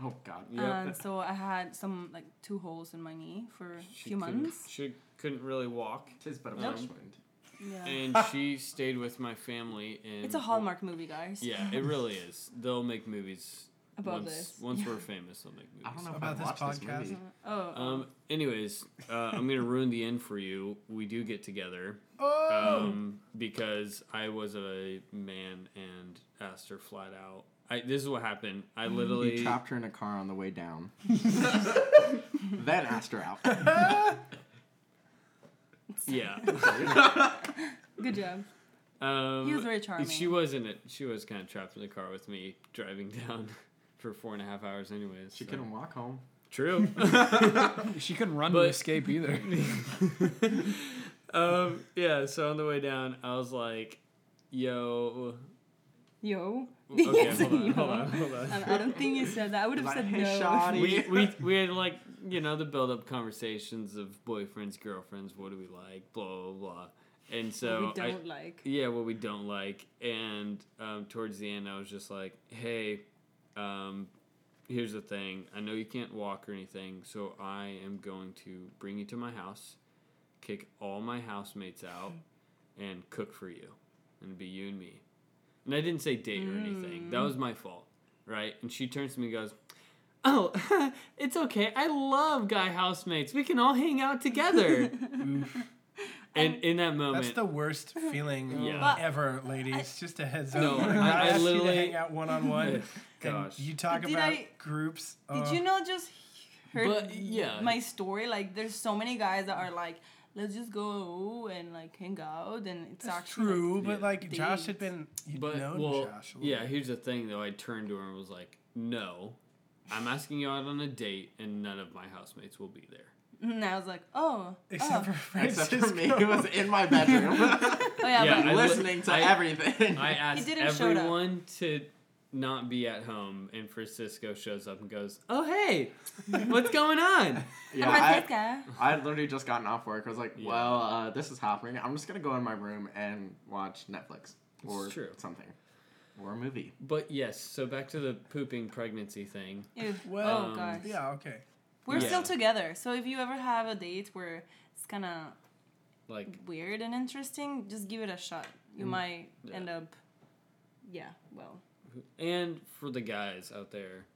Speaker 3: leg,
Speaker 6: oh god.
Speaker 3: and so I had some like two holes in my knee for a
Speaker 5: She
Speaker 3: few
Speaker 5: couldn't-
Speaker 3: months.
Speaker 5: She couldn't really walk,
Speaker 6: Tis but a
Speaker 5: Nope.
Speaker 6: punishment.
Speaker 3: Yeah.
Speaker 5: and she stayed with my family. And
Speaker 3: Uh. It's a Hallmark movie, guys.
Speaker 5: Yeah, it really is. They'll make movies
Speaker 3: About
Speaker 5: once,
Speaker 3: this.
Speaker 5: Once we're famous, they'll make movies.
Speaker 6: I don't know
Speaker 2: About
Speaker 6: if
Speaker 2: this
Speaker 6: I've watched
Speaker 2: podcast?
Speaker 6: this movie.
Speaker 3: Oh.
Speaker 5: Um. Anyways, uh, I'm gonna ruin the end for you. We do get together.
Speaker 4: Oh.
Speaker 3: Oh!
Speaker 5: Um, because I was a man and asked her flat out. I, this is what happened. I literally
Speaker 6: He trapped her in a car on the way down. then asked her out.
Speaker 5: yeah.
Speaker 3: Good job.
Speaker 5: Um,
Speaker 3: He was very charming.
Speaker 5: She was in it. She was kind of trapped in the car with me driving down for four and a half hours. Anyways,
Speaker 6: She
Speaker 5: so-
Speaker 6: couldn't walk home.
Speaker 5: True.
Speaker 4: She couldn't run
Speaker 5: But-
Speaker 4: to escape either.
Speaker 5: um. Yeah. So on the way down, I was like, "Yo."
Speaker 3: Yo.
Speaker 5: Oh, Okay.
Speaker 3: Yes,
Speaker 5: Hold on.
Speaker 3: yo.
Speaker 5: Hold on. Hold on.
Speaker 3: Um, I don't think you said that. I would have
Speaker 6: Like,
Speaker 3: said
Speaker 6: "Hey,
Speaker 3: no.
Speaker 6: shoddy."
Speaker 5: we, we, we had like you know the build up conversations of boyfriends girlfriends what do we like blah blah blah and so
Speaker 3: we
Speaker 5: I-
Speaker 3: don't like.
Speaker 5: yeah what we don't like and um, towards the end i was just like hey um, here's the thing i know you can't walk or anything so i am going to bring you to my house kick all my housemates out and cook for you and it'd be you and me and i didn't say date or anything that was my fault right and she turns to me and goes oh it's okay i love guy housemates we can all hang out together and in that moment
Speaker 2: That's the worst feeling
Speaker 5: Yeah.
Speaker 3: But-
Speaker 2: ever, ladies. Just a heads up.
Speaker 5: No,
Speaker 2: Like, I,
Speaker 5: I- I
Speaker 2: asked you to
Speaker 5: literally-
Speaker 2: hang out one on one.
Speaker 5: Gosh.
Speaker 2: You talk
Speaker 3: Did
Speaker 2: about
Speaker 3: I-
Speaker 2: groups.
Speaker 4: Oh,
Speaker 3: Did you not just heard
Speaker 5: But, yeah.
Speaker 3: my story? Like, there's so many guys that are like, let's just go and like hang out, and it's
Speaker 2: That's
Speaker 3: actually like,
Speaker 2: true,
Speaker 5: Yeah.
Speaker 2: but like Josh
Speaker 3: Dates.
Speaker 2: had been, you'd
Speaker 5: but
Speaker 2: known
Speaker 5: well,
Speaker 2: Josh. a little
Speaker 5: yeah.
Speaker 2: bit.
Speaker 5: Here's the thing, though. I turned to her and was like, "No, I'm asking you out on a date, and none of my housemates will be there."
Speaker 3: and I was like, oh,
Speaker 2: Except for
Speaker 3: oh,
Speaker 6: Except
Speaker 2: Francisco.
Speaker 6: for me, who was in my bedroom,
Speaker 3: oh yeah,
Speaker 5: Yeah,
Speaker 3: but
Speaker 5: I li-
Speaker 6: listening to
Speaker 5: I-
Speaker 6: everything.
Speaker 5: I asked
Speaker 3: didn't showed up.
Speaker 5: everyone to not be at home, and Francisco shows up and goes, "Oh hey, what's going on?"
Speaker 6: yeah, I,
Speaker 3: Francesca.
Speaker 6: I had literally just gotten off work. I was like,
Speaker 5: Yeah.
Speaker 6: well, uh, this is happening. I'm just gonna go in my room and watch Netflix or
Speaker 5: true.
Speaker 6: something, or a movie.
Speaker 5: But yes, so back to the pooping pregnancy thing.
Speaker 3: Ew.
Speaker 2: Well,
Speaker 3: oh gosh,
Speaker 2: Yeah, okay.
Speaker 3: we're
Speaker 5: Yeah.
Speaker 3: still together. So if you ever have a date where it's kind of
Speaker 5: Like,
Speaker 3: weird and interesting, just give it a shot. You might
Speaker 5: yeah.
Speaker 3: end up, yeah, well,
Speaker 5: and for the guys out there,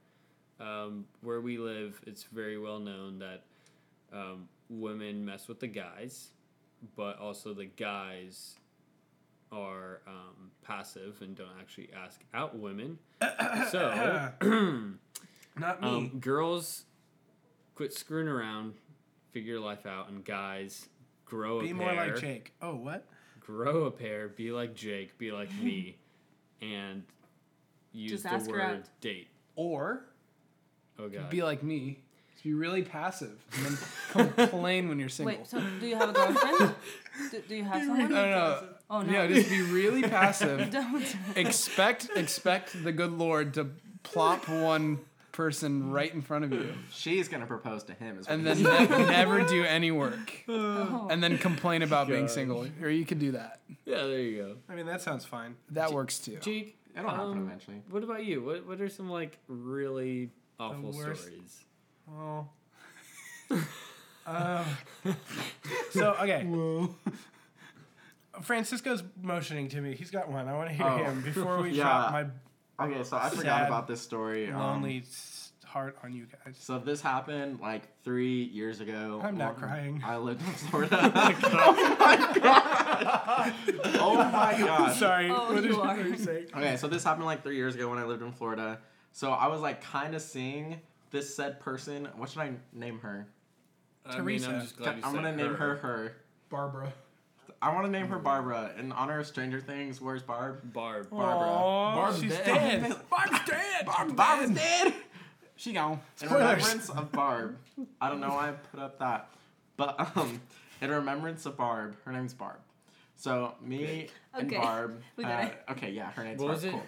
Speaker 5: um, where we live, it's very well known that um, women mess with the guys, but also the guys are um, passive and don't actually ask out women. so,
Speaker 2: Not me.
Speaker 5: um, girls, quit screwing around, figure your life out, and guys, grow
Speaker 2: Be
Speaker 5: a
Speaker 2: more
Speaker 5: pair
Speaker 2: like Jake. Oh, what?
Speaker 5: grow a pair, be like Jake, be like me, and use
Speaker 3: Just
Speaker 5: the
Speaker 3: ask her
Speaker 5: word
Speaker 3: out.
Speaker 5: date.
Speaker 4: Or
Speaker 5: Oh god.
Speaker 4: be like me. Just Be really passive and then complain when you're single.
Speaker 3: wait. So do you have a girlfriend? do, do you have someone?
Speaker 4: I don't know.
Speaker 3: Oh no.
Speaker 4: Yeah, just be really passive.
Speaker 3: Don't.
Speaker 4: expect expect the good Lord to plop one person right in front of you,
Speaker 6: She's gonna propose to him, is what
Speaker 4: and
Speaker 6: he
Speaker 4: then
Speaker 6: said.
Speaker 4: ne- never do any work,
Speaker 3: Oh.
Speaker 4: and then complain about being single. Or you could do that.
Speaker 5: yeah, there you go.
Speaker 2: I mean, that sounds fine.
Speaker 4: That works too.
Speaker 5: Jake,
Speaker 6: it'll happen
Speaker 5: um,
Speaker 6: eventually.
Speaker 5: What about you? What what are some like really awful
Speaker 2: worst-
Speaker 5: stories?
Speaker 2: Well. um, so okay. Francisco's motioning to me. He's got one. I want to hear
Speaker 6: Oh.
Speaker 2: him before we
Speaker 6: Yeah.
Speaker 2: drop my
Speaker 6: Okay, so I forgot
Speaker 2: Sad,
Speaker 6: about this story. um,
Speaker 2: lonely s heart on you guys.
Speaker 6: So this happened like three years ago.
Speaker 2: I'm not
Speaker 6: Um,
Speaker 2: crying.
Speaker 6: I lived in Florida. oh my god! Oh my god!
Speaker 2: Sorry.
Speaker 3: Oh,
Speaker 2: what
Speaker 3: you
Speaker 2: is- what
Speaker 3: are.
Speaker 2: you saying?
Speaker 6: Okay, so this happened like three years ago when I lived in Florida. So I was like kind of seeing this said person. What should I name her?
Speaker 5: I mean,
Speaker 2: Teresa.
Speaker 5: I'm just glad you
Speaker 6: I'm
Speaker 5: said Mm.
Speaker 6: gonna name her her.
Speaker 2: Barbara.
Speaker 6: I want to name her Barbara in honor of Stranger Things. Where's Barb?
Speaker 5: Barb.
Speaker 6: Barbara.
Speaker 2: Aw,
Speaker 4: Barb's
Speaker 2: she's
Speaker 4: dead.
Speaker 2: dead. Barb's dead.
Speaker 6: Barb, Barbara's dead.
Speaker 4: She gone.
Speaker 6: In
Speaker 2: Spoilers.
Speaker 6: remembrance of Barb. I don't know why I put up that, but um, in remembrance of Barb. Her name's Barb. So me and
Speaker 3: Okay.
Speaker 6: Barb.
Speaker 3: We got
Speaker 6: uh,
Speaker 3: it.
Speaker 6: Okay, yeah, her name's
Speaker 5: What
Speaker 6: Barb.
Speaker 5: was it?
Speaker 6: Cool.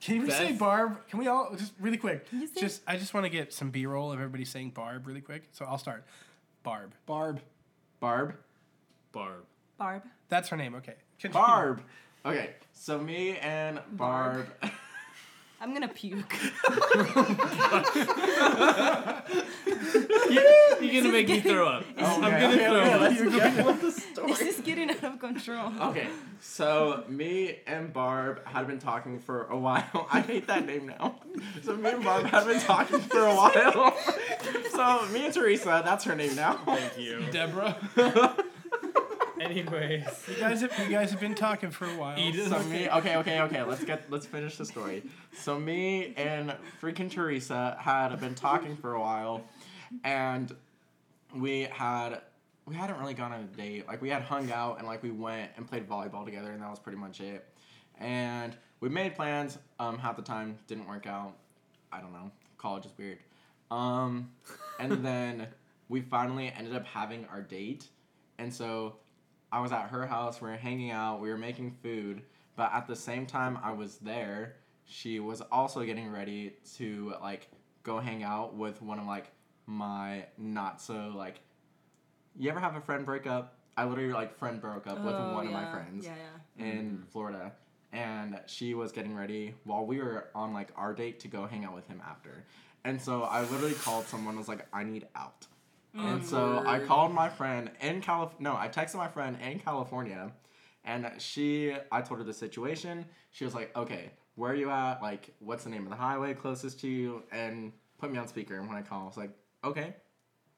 Speaker 2: Can we say
Speaker 5: Beth?
Speaker 2: Barb? Can we all just really quick?
Speaker 3: you say-
Speaker 2: Just I just want to get some B roll of everybody saying Barb really quick. So I'll start. Barb.
Speaker 4: Barb.
Speaker 6: Barb.
Speaker 5: Barb.
Speaker 3: Barb.
Speaker 2: That's her name. Okay. Continue.
Speaker 6: Barb. Okay, so me and Barb.
Speaker 3: I'm gonna puke.
Speaker 5: You're gonna make me throw up.
Speaker 6: Oh,
Speaker 5: I'm
Speaker 6: okay,
Speaker 5: gonna
Speaker 6: okay,
Speaker 5: throw
Speaker 6: okay,
Speaker 5: up.
Speaker 6: let's get with the
Speaker 3: this
Speaker 6: story.
Speaker 3: is getting out of control.
Speaker 6: Okay, so me and Barb had been talking for a while. I hate that name now. So me and Barb had been talking for a while. So me and Teresa, that's her name now.
Speaker 5: Thank you.
Speaker 4: Deborah.
Speaker 5: Anyways.
Speaker 2: You guys have you guys have been talking for a while.
Speaker 5: Edith.
Speaker 6: So me, okay, okay, okay. Let's get let's finish the story. So me and freaking Teresa had been talking for a while, and we had we hadn't really gone on a date. Like we had hung out and like we went and played volleyball together, and that was pretty much it. And we made plans. Um, half the time didn't work out. I don't know. College is weird. Um, and then we finally ended up having our date, and so I was at her house. We were hanging out. We were making food. But at the same time, I was there. She was also getting ready to like go hang out with one of like my not so like. You ever have a friend break up? I literally like friend broke up with
Speaker 3: Oh,
Speaker 6: one of my
Speaker 3: yeah,
Speaker 6: friends
Speaker 3: Yeah, yeah.
Speaker 6: in Florida, and she was getting ready while we were on like our date to go hang out with him after. And so I literally called someone. Was like, I need out. And so I called my friend in Calif. No, I texted my friend in California, and she. I told her the situation. She was like, "Okay, where are you at? Like, what's the name of the highway closest to you?" And put me on speaker. And when I call, I was like, "Okay,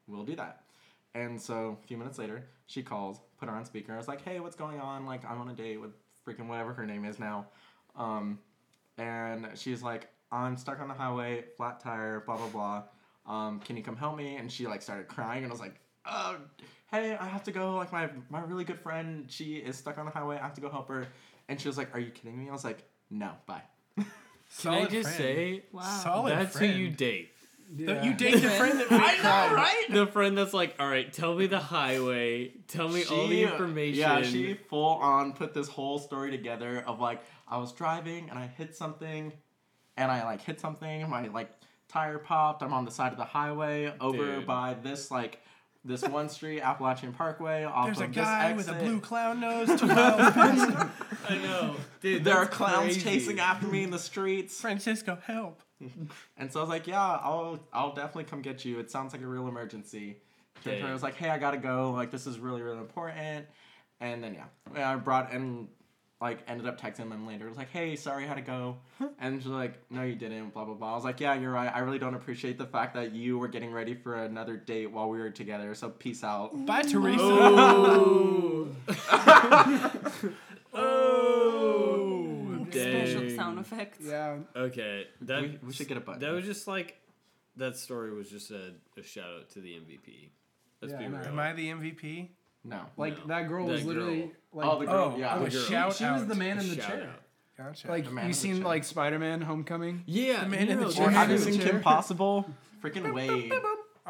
Speaker 6: we'll do that." And so a few minutes later, she calls, put her on speaker. I was like, hey, what's going on? Like, I'm on a date with freaking whatever her name is now. Um, and she's like, I'm stuck on the highway, flat tire, blah, blah, blah. Um, can you come help me? And she like started crying, and I was like, oh, hey, I have to go. Like, my, my really good friend, she is stuck on the highway. I have to go help her. And she was like, are you kidding me? I was like, no, bye.
Speaker 5: Can I just say
Speaker 3: Wow.
Speaker 2: solid
Speaker 5: that's
Speaker 2: friend.
Speaker 5: who you date?
Speaker 2: The- You date the friend that
Speaker 6: I know, right?
Speaker 5: The friend that's like, all right, tell me the highway, tell me all the information.
Speaker 6: uh, Yeah, she full on put this whole story together of like I was driving and I hit something, and I like hit something. My like tire popped. I'm on the side of the highway over
Speaker 5: Dude.
Speaker 6: by this like this one street, Appalachian Parkway. Off
Speaker 2: there's
Speaker 6: of
Speaker 2: a guy
Speaker 6: this
Speaker 2: with a
Speaker 6: exit.
Speaker 2: blue clown nose. Two miles past.
Speaker 5: I know, dude.
Speaker 6: There are
Speaker 5: that's
Speaker 6: clowns
Speaker 5: crazy.
Speaker 6: chasing after me in the streets.
Speaker 2: Francisco, help!
Speaker 6: And so I was like, yeah, I'll I'll definitely come get you. It sounds like a real emergency. Turned to her, I was like, hey, I gotta go. Like this is really really important. And then yeah, And I brought and like ended up texting them later. I was like, hey, sorry, I had to go. And she's like, no, you didn't. Blah blah blah. I was like, yeah, you're right. I really don't appreciate the fact that you were getting ready for another date while we were together. So peace out.
Speaker 5: Mm.
Speaker 2: Bye, Teresa.
Speaker 5: Oh. oh.
Speaker 3: Special
Speaker 5: Dang.
Speaker 3: sound effects.
Speaker 4: Yeah.
Speaker 5: Okay, that
Speaker 6: We, we should get a button.
Speaker 5: That was just like that story was just a, a shout out to the MVP. Let's
Speaker 4: Yeah,
Speaker 5: be
Speaker 4: I know.
Speaker 5: real.
Speaker 2: Am I the MVP?
Speaker 6: no.
Speaker 4: Like
Speaker 5: No.
Speaker 4: that girl
Speaker 5: That
Speaker 4: was literally like
Speaker 6: oh, the girl.
Speaker 2: Oh,
Speaker 6: yeah.
Speaker 2: I
Speaker 6: the
Speaker 2: was
Speaker 6: girl.
Speaker 4: she,
Speaker 2: Shout
Speaker 4: she was
Speaker 2: out.
Speaker 4: the man in the
Speaker 5: Shout
Speaker 4: chair.
Speaker 5: out.
Speaker 2: Gotcha.
Speaker 4: Like
Speaker 6: The man in
Speaker 4: you
Speaker 6: the
Speaker 4: seen
Speaker 6: chair.
Speaker 4: like Spider-Man: Homecoming?
Speaker 5: Yeah,
Speaker 2: man in
Speaker 5: you
Speaker 2: the
Speaker 5: know,
Speaker 2: chair.
Speaker 6: or
Speaker 5: that-
Speaker 6: have you
Speaker 4: Yeah.
Speaker 6: seen Kim Possible? Freaking Wade.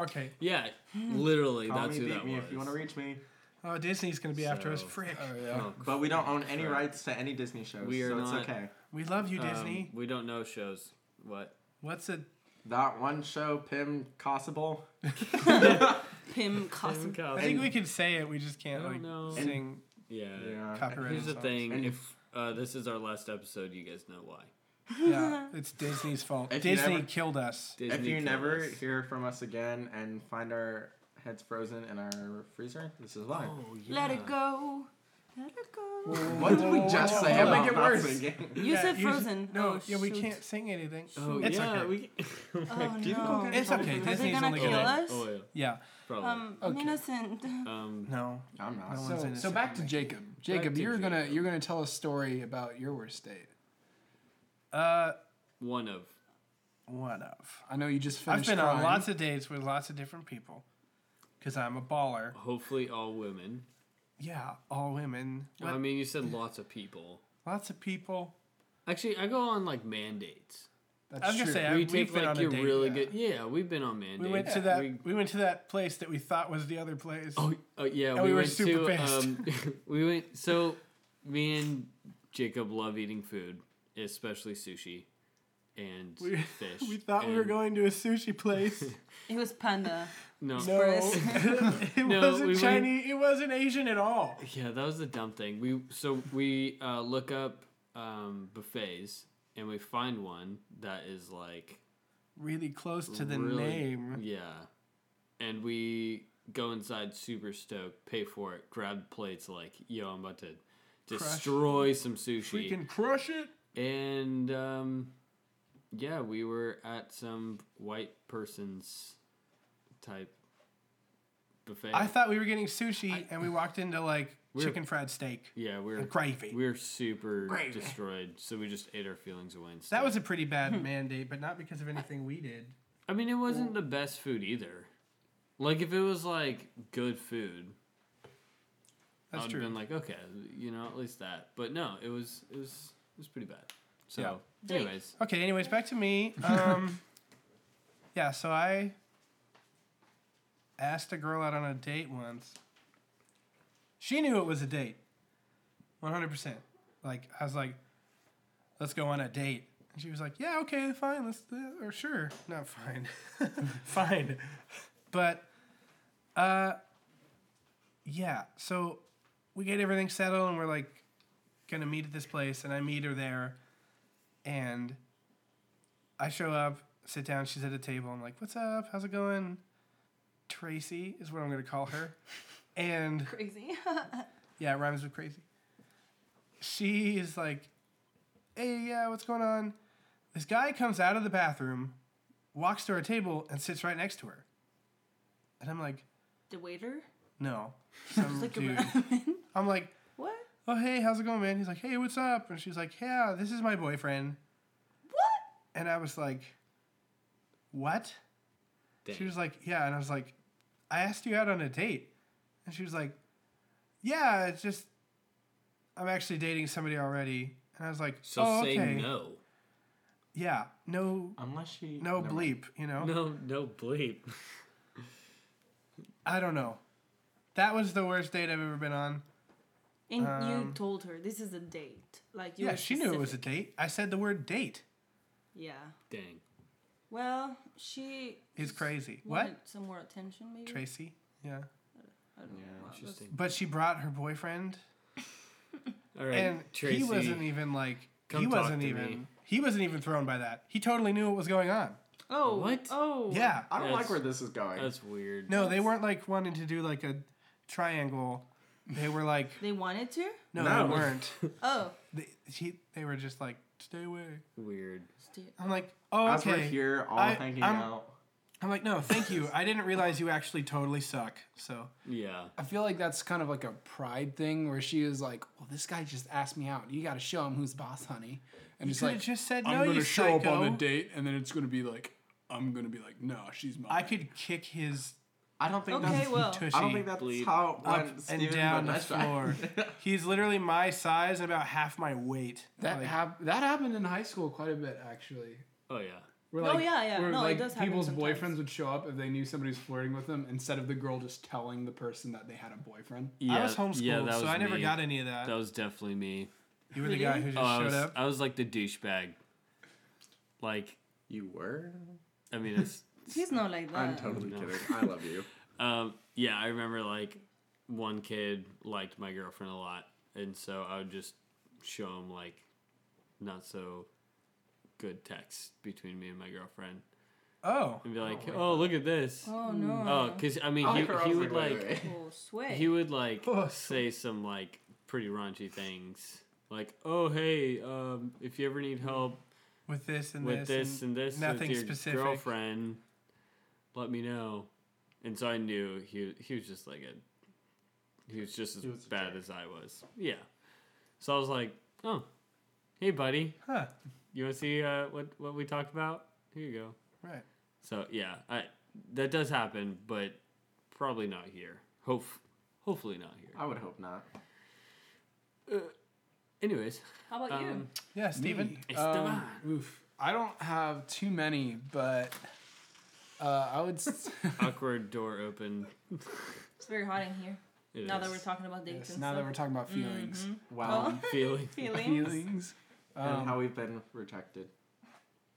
Speaker 2: okay.
Speaker 5: Yeah, literally,
Speaker 6: Call
Speaker 5: that's
Speaker 6: me,
Speaker 5: who
Speaker 6: beat
Speaker 5: that
Speaker 6: me
Speaker 5: was.
Speaker 6: if you want to reach me.
Speaker 2: Oh, Disney's gonna be after us.
Speaker 5: So-
Speaker 2: Frick.
Speaker 5: Oh,
Speaker 6: But we don't own any
Speaker 5: Sure.
Speaker 6: rights to any Disney shows,
Speaker 5: We are
Speaker 6: so it's
Speaker 5: not-
Speaker 6: okay.
Speaker 2: We love you,
Speaker 5: um,
Speaker 2: Disney.
Speaker 5: we don't know shows. What?
Speaker 2: What's it?
Speaker 6: That one show, Pim Possible.
Speaker 3: Pim Cosm.
Speaker 2: I think we can say it. We just can't
Speaker 5: I
Speaker 2: like
Speaker 5: don't know.
Speaker 2: sing
Speaker 5: Yeah.
Speaker 6: Yeah.
Speaker 2: copyrighted
Speaker 5: Here's the
Speaker 2: songs.
Speaker 5: thing:
Speaker 6: And-
Speaker 5: if uh, this is our last episode, you guys know why.
Speaker 2: Yeah, it's Disney's fault.
Speaker 6: If you
Speaker 2: Disney
Speaker 6: never-
Speaker 2: killed us.
Speaker 5: Disney
Speaker 6: If you
Speaker 5: killed
Speaker 6: never
Speaker 5: us.
Speaker 6: hear from us again and find our heads frozen in our freezer, this is why.
Speaker 5: Oh, yeah.
Speaker 3: Let it go. Let it go.
Speaker 6: What did we just say?
Speaker 2: whoa,
Speaker 6: about
Speaker 2: make it
Speaker 6: not
Speaker 2: worse.
Speaker 6: singing?
Speaker 3: You
Speaker 2: Yeah,
Speaker 3: said
Speaker 2: s-
Speaker 3: Frozen.
Speaker 2: No,
Speaker 3: oh,
Speaker 2: yeah, we
Speaker 3: shoot.
Speaker 2: can't sing anything.
Speaker 5: Oh,
Speaker 2: it's
Speaker 5: yeah,
Speaker 2: okay.
Speaker 5: we.
Speaker 3: Oh, no.
Speaker 2: It's okay.
Speaker 3: Are they
Speaker 2: Disney's
Speaker 3: gonna
Speaker 2: only
Speaker 3: kill
Speaker 2: gonna-
Speaker 3: us?
Speaker 5: Oh, yeah,
Speaker 2: Yeah.
Speaker 5: probably.
Speaker 3: Um,
Speaker 2: Oh,
Speaker 3: I'm innocent.
Speaker 5: um,
Speaker 2: No.
Speaker 6: I'm
Speaker 2: No
Speaker 6: not.
Speaker 2: one's
Speaker 4: So,
Speaker 2: innocent.
Speaker 4: so back to Jacob. Jacob,
Speaker 5: to
Speaker 4: you're gonna
Speaker 5: Jacob.
Speaker 4: you're gonna tell a story about your worst date.
Speaker 2: Uh,
Speaker 5: one of.
Speaker 2: what of?
Speaker 4: I know you just
Speaker 2: I've
Speaker 4: finished.
Speaker 2: been
Speaker 4: crying.
Speaker 2: on lots of dates with lots of different people, because I'm a baller.
Speaker 5: Hopefully, all women.
Speaker 2: Yeah, all women,
Speaker 5: I mean, you said lots of people.
Speaker 2: lots of people.
Speaker 5: Actually, I go on like mandates.
Speaker 4: That's
Speaker 2: I was gonna
Speaker 4: true.
Speaker 2: say I-
Speaker 5: We
Speaker 2: we've
Speaker 5: take
Speaker 2: been
Speaker 5: like
Speaker 2: on a
Speaker 5: your
Speaker 2: date,
Speaker 5: really
Speaker 2: yeah.
Speaker 5: good. Yeah, we've been on man
Speaker 2: We
Speaker 5: dates.
Speaker 2: went to that.
Speaker 5: We-
Speaker 2: We went to that place that we thought was the other place.
Speaker 5: oh, oh, yeah,
Speaker 2: And
Speaker 5: we,
Speaker 2: we were
Speaker 5: went
Speaker 2: super
Speaker 5: to.
Speaker 2: pissed.
Speaker 5: Um, we went. So me and Jacob love eating food, especially sushi and
Speaker 2: We-
Speaker 5: fish.
Speaker 2: we thought we were
Speaker 5: and-
Speaker 2: going to a sushi place.
Speaker 3: It was panda.
Speaker 5: No.
Speaker 2: No, it
Speaker 5: No,
Speaker 2: wasn't
Speaker 5: we went-
Speaker 2: Chinese. It wasn't Asian at all.
Speaker 5: Yeah, that was the dumb thing. We so we uh, look up um, buffets and we find one that is like
Speaker 2: Really close to the
Speaker 5: really-
Speaker 2: name.
Speaker 5: Yeah. And we go inside super stoked, pay for it, grab plates like, yo, I'm about to destroy some
Speaker 2: We
Speaker 5: sushi.
Speaker 2: can crush it.
Speaker 5: And um yeah, we were at some white person's type buffet.
Speaker 2: I thought we were getting sushi, and we walked into like
Speaker 5: We're-
Speaker 2: chicken fried steak.
Speaker 5: yeah, we were
Speaker 2: and gravy.
Speaker 5: We were super
Speaker 2: Gravy.
Speaker 5: destroyed, so we just ate our feelings away. Instead.
Speaker 2: That was a pretty bad mandate, but not because of anything we did.
Speaker 5: I mean, it wasn't the best food either. Like if it was like good food,
Speaker 2: That's
Speaker 5: I'd
Speaker 2: true.
Speaker 5: been like, okay, you know, at least that. But no, it was it was it was pretty bad. So,
Speaker 3: Yeah.
Speaker 5: anyways,
Speaker 2: Okay, anyways, back to me. Um, yeah, so I asked a girl out on a date once. She knew it was a date. 100%. Like, I was like, let's go on a date. And she was like, yeah, okay, fine, let's, uh, or sure. Not fine. fine. But, uh, yeah, so we get everything settled and we're like, gonna meet at this place, and I meet her there and I show up, sit down, she's at a table. I'm like, "What's up? How's it going?" Tracy is what I'm gonna call her, and
Speaker 3: Crazy.
Speaker 2: yeah, it rhymes with crazy. She is like, "Hey, yeah, what's going on?" This guy comes out of the bathroom, walks to our table, and sits right next to her, and I'm like,
Speaker 3: the waiter.
Speaker 2: "No, some
Speaker 3: Like a
Speaker 2: dude."
Speaker 3: ramen.
Speaker 2: I'm like,
Speaker 3: What?
Speaker 2: "Oh, hey, how's it going, man?" He's like, "Hey, what's up?" And she's like, "Yeah, this is my boyfriend."
Speaker 3: What?
Speaker 2: And I was like, What? She was like, Yeah. And I was like, I asked you out on a date. And she was like, Yeah, it's just, I'm actually dating somebody already. And I was like,
Speaker 5: so
Speaker 2: oh,
Speaker 5: say
Speaker 2: okay.
Speaker 5: no,
Speaker 2: Yeah. No,
Speaker 6: Unless she.
Speaker 2: no
Speaker 6: never mind.
Speaker 2: bleep, you know?
Speaker 5: no, no bleep.
Speaker 2: I don't know. That was the worst date I've ever been on.
Speaker 3: And you
Speaker 2: Um,
Speaker 3: told her this is a date. Like you
Speaker 2: Yeah,
Speaker 3: were
Speaker 2: she knew it was a
Speaker 3: specific.
Speaker 2: date. I said the word date.
Speaker 3: Yeah.
Speaker 5: Dang.
Speaker 3: Well, she
Speaker 2: It's crazy.
Speaker 3: wanted
Speaker 2: What?
Speaker 3: some more attention, maybe.
Speaker 2: Tracy? Yeah.
Speaker 3: I don't know.
Speaker 5: Yeah,
Speaker 3: Wow, that's-
Speaker 5: interesting.
Speaker 2: But she brought her boyfriend.
Speaker 5: All right,
Speaker 2: and
Speaker 5: Tracy.
Speaker 2: he wasn't even like
Speaker 5: come
Speaker 2: he
Speaker 5: talk
Speaker 2: wasn't
Speaker 5: to
Speaker 2: even
Speaker 5: me.
Speaker 2: he wasn't even thrown by that. He totally knew what was going on.
Speaker 3: Oh,
Speaker 5: What?
Speaker 3: Oh,
Speaker 2: Yeah.
Speaker 6: I don't
Speaker 5: That's-
Speaker 6: like where this is going.
Speaker 5: That's weird.
Speaker 2: No, they weren't like wanting to do like a triangle. They were like
Speaker 3: They wanted to.
Speaker 2: no,
Speaker 6: No.
Speaker 2: they weren't.
Speaker 3: Oh,
Speaker 2: They, he, they were just like stay away.
Speaker 5: Weird.
Speaker 3: Ste-
Speaker 2: I'm like oh
Speaker 6: As we're
Speaker 2: okay.
Speaker 6: here, all
Speaker 2: I-
Speaker 6: hanging
Speaker 2: I'm-
Speaker 6: out.
Speaker 2: I'm like no, thank you. I didn't realize you actually totally suck. So
Speaker 5: Yeah.
Speaker 4: I feel like that's kind of like a pride thing where she was like, "Well, this guy just asked me out. You got to show him who's boss, honey." And it's
Speaker 2: could have
Speaker 4: like,
Speaker 2: just said
Speaker 4: "I'm
Speaker 2: no.
Speaker 4: gonna
Speaker 2: You
Speaker 4: show
Speaker 2: psycho.
Speaker 4: up on a date, and then it's gonna be like, I'm gonna be like, no, she's mine."
Speaker 2: I could kick his
Speaker 6: I don't think
Speaker 3: Okay,
Speaker 6: that's.
Speaker 3: well.
Speaker 2: tushy.
Speaker 6: I don't think that's
Speaker 5: Bleep.
Speaker 6: how
Speaker 2: up
Speaker 6: when
Speaker 2: and
Speaker 6: Steven
Speaker 2: down the
Speaker 6: Vanessa-
Speaker 2: floor. He's literally my size and about half my weight.
Speaker 4: that
Speaker 2: Like,
Speaker 4: hap- that happened in high school quite a bit actually.
Speaker 5: Oh yeah.
Speaker 4: Where,
Speaker 3: Oh, yeah, yeah.
Speaker 4: Where,
Speaker 3: No, it
Speaker 4: like,
Speaker 3: does happen
Speaker 4: people's
Speaker 3: sometimes.
Speaker 4: boyfriends would show up if they knew somebody was flirting with them instead of the girl just telling the person that they had a boyfriend.
Speaker 5: Yeah.
Speaker 2: I was homeschooled,
Speaker 5: yeah, that
Speaker 2: so
Speaker 5: was
Speaker 2: I never
Speaker 5: me.
Speaker 2: got any of that.
Speaker 5: That was definitely me.
Speaker 2: you were the guy who just
Speaker 5: Oh, I
Speaker 2: showed
Speaker 5: was,
Speaker 2: up.
Speaker 5: I was like the douchebag. Like,
Speaker 6: You were?
Speaker 5: I mean, it's
Speaker 3: he's not like that.
Speaker 2: Uh,
Speaker 6: I'm totally
Speaker 5: no.
Speaker 6: kidding. I love you.
Speaker 5: Um, yeah, I remember like one kid liked my girlfriend a lot, and so I would just show him like not so good texts between me and my girlfriend,
Speaker 2: oh,
Speaker 5: and be like, "Oh, look at this." Oh,
Speaker 3: Oh no.
Speaker 5: because I mean,
Speaker 6: I
Speaker 5: he,
Speaker 6: like her, I
Speaker 5: he
Speaker 6: was
Speaker 5: would
Speaker 6: wait,
Speaker 5: like
Speaker 6: wait, wait.
Speaker 3: Oh, sweat.
Speaker 5: he would like
Speaker 2: Oh.
Speaker 5: say some like pretty raunchy things, like, "Oh, hey, um, if you ever need help
Speaker 2: with this and
Speaker 5: with
Speaker 2: this,
Speaker 5: this and this
Speaker 2: nothing
Speaker 5: with your
Speaker 2: specific.
Speaker 5: girlfriend, let me know. And so I knew he he was just like a he was just as
Speaker 6: was a
Speaker 5: bad as I was. Yeah. So I was like, oh, hey buddy,
Speaker 2: Huh?
Speaker 5: you want to see uh, what what we talked about? Here you go.
Speaker 2: Right.
Speaker 5: So yeah, I that does happen, but probably not here. Hope hopefully not here.
Speaker 6: I would hope not.
Speaker 5: Anyways,
Speaker 3: How about you?
Speaker 5: um,
Speaker 2: Yeah, Steven.
Speaker 4: Me.
Speaker 5: Esteban.
Speaker 4: Um, oof. I don't have too many, but uh, I would. s-
Speaker 5: Awkward door open.
Speaker 3: It's very hot in here.
Speaker 5: It
Speaker 3: now that
Speaker 5: is.
Speaker 3: we're talking about dates
Speaker 4: Yes,
Speaker 3: and
Speaker 4: now that
Speaker 3: stuff. Mm-hmm.
Speaker 4: we're talking about feelings,
Speaker 6: Wow.
Speaker 5: feeling.
Speaker 3: Feeling.
Speaker 4: feelings.
Speaker 6: and
Speaker 4: Um,
Speaker 6: how we've been rejected.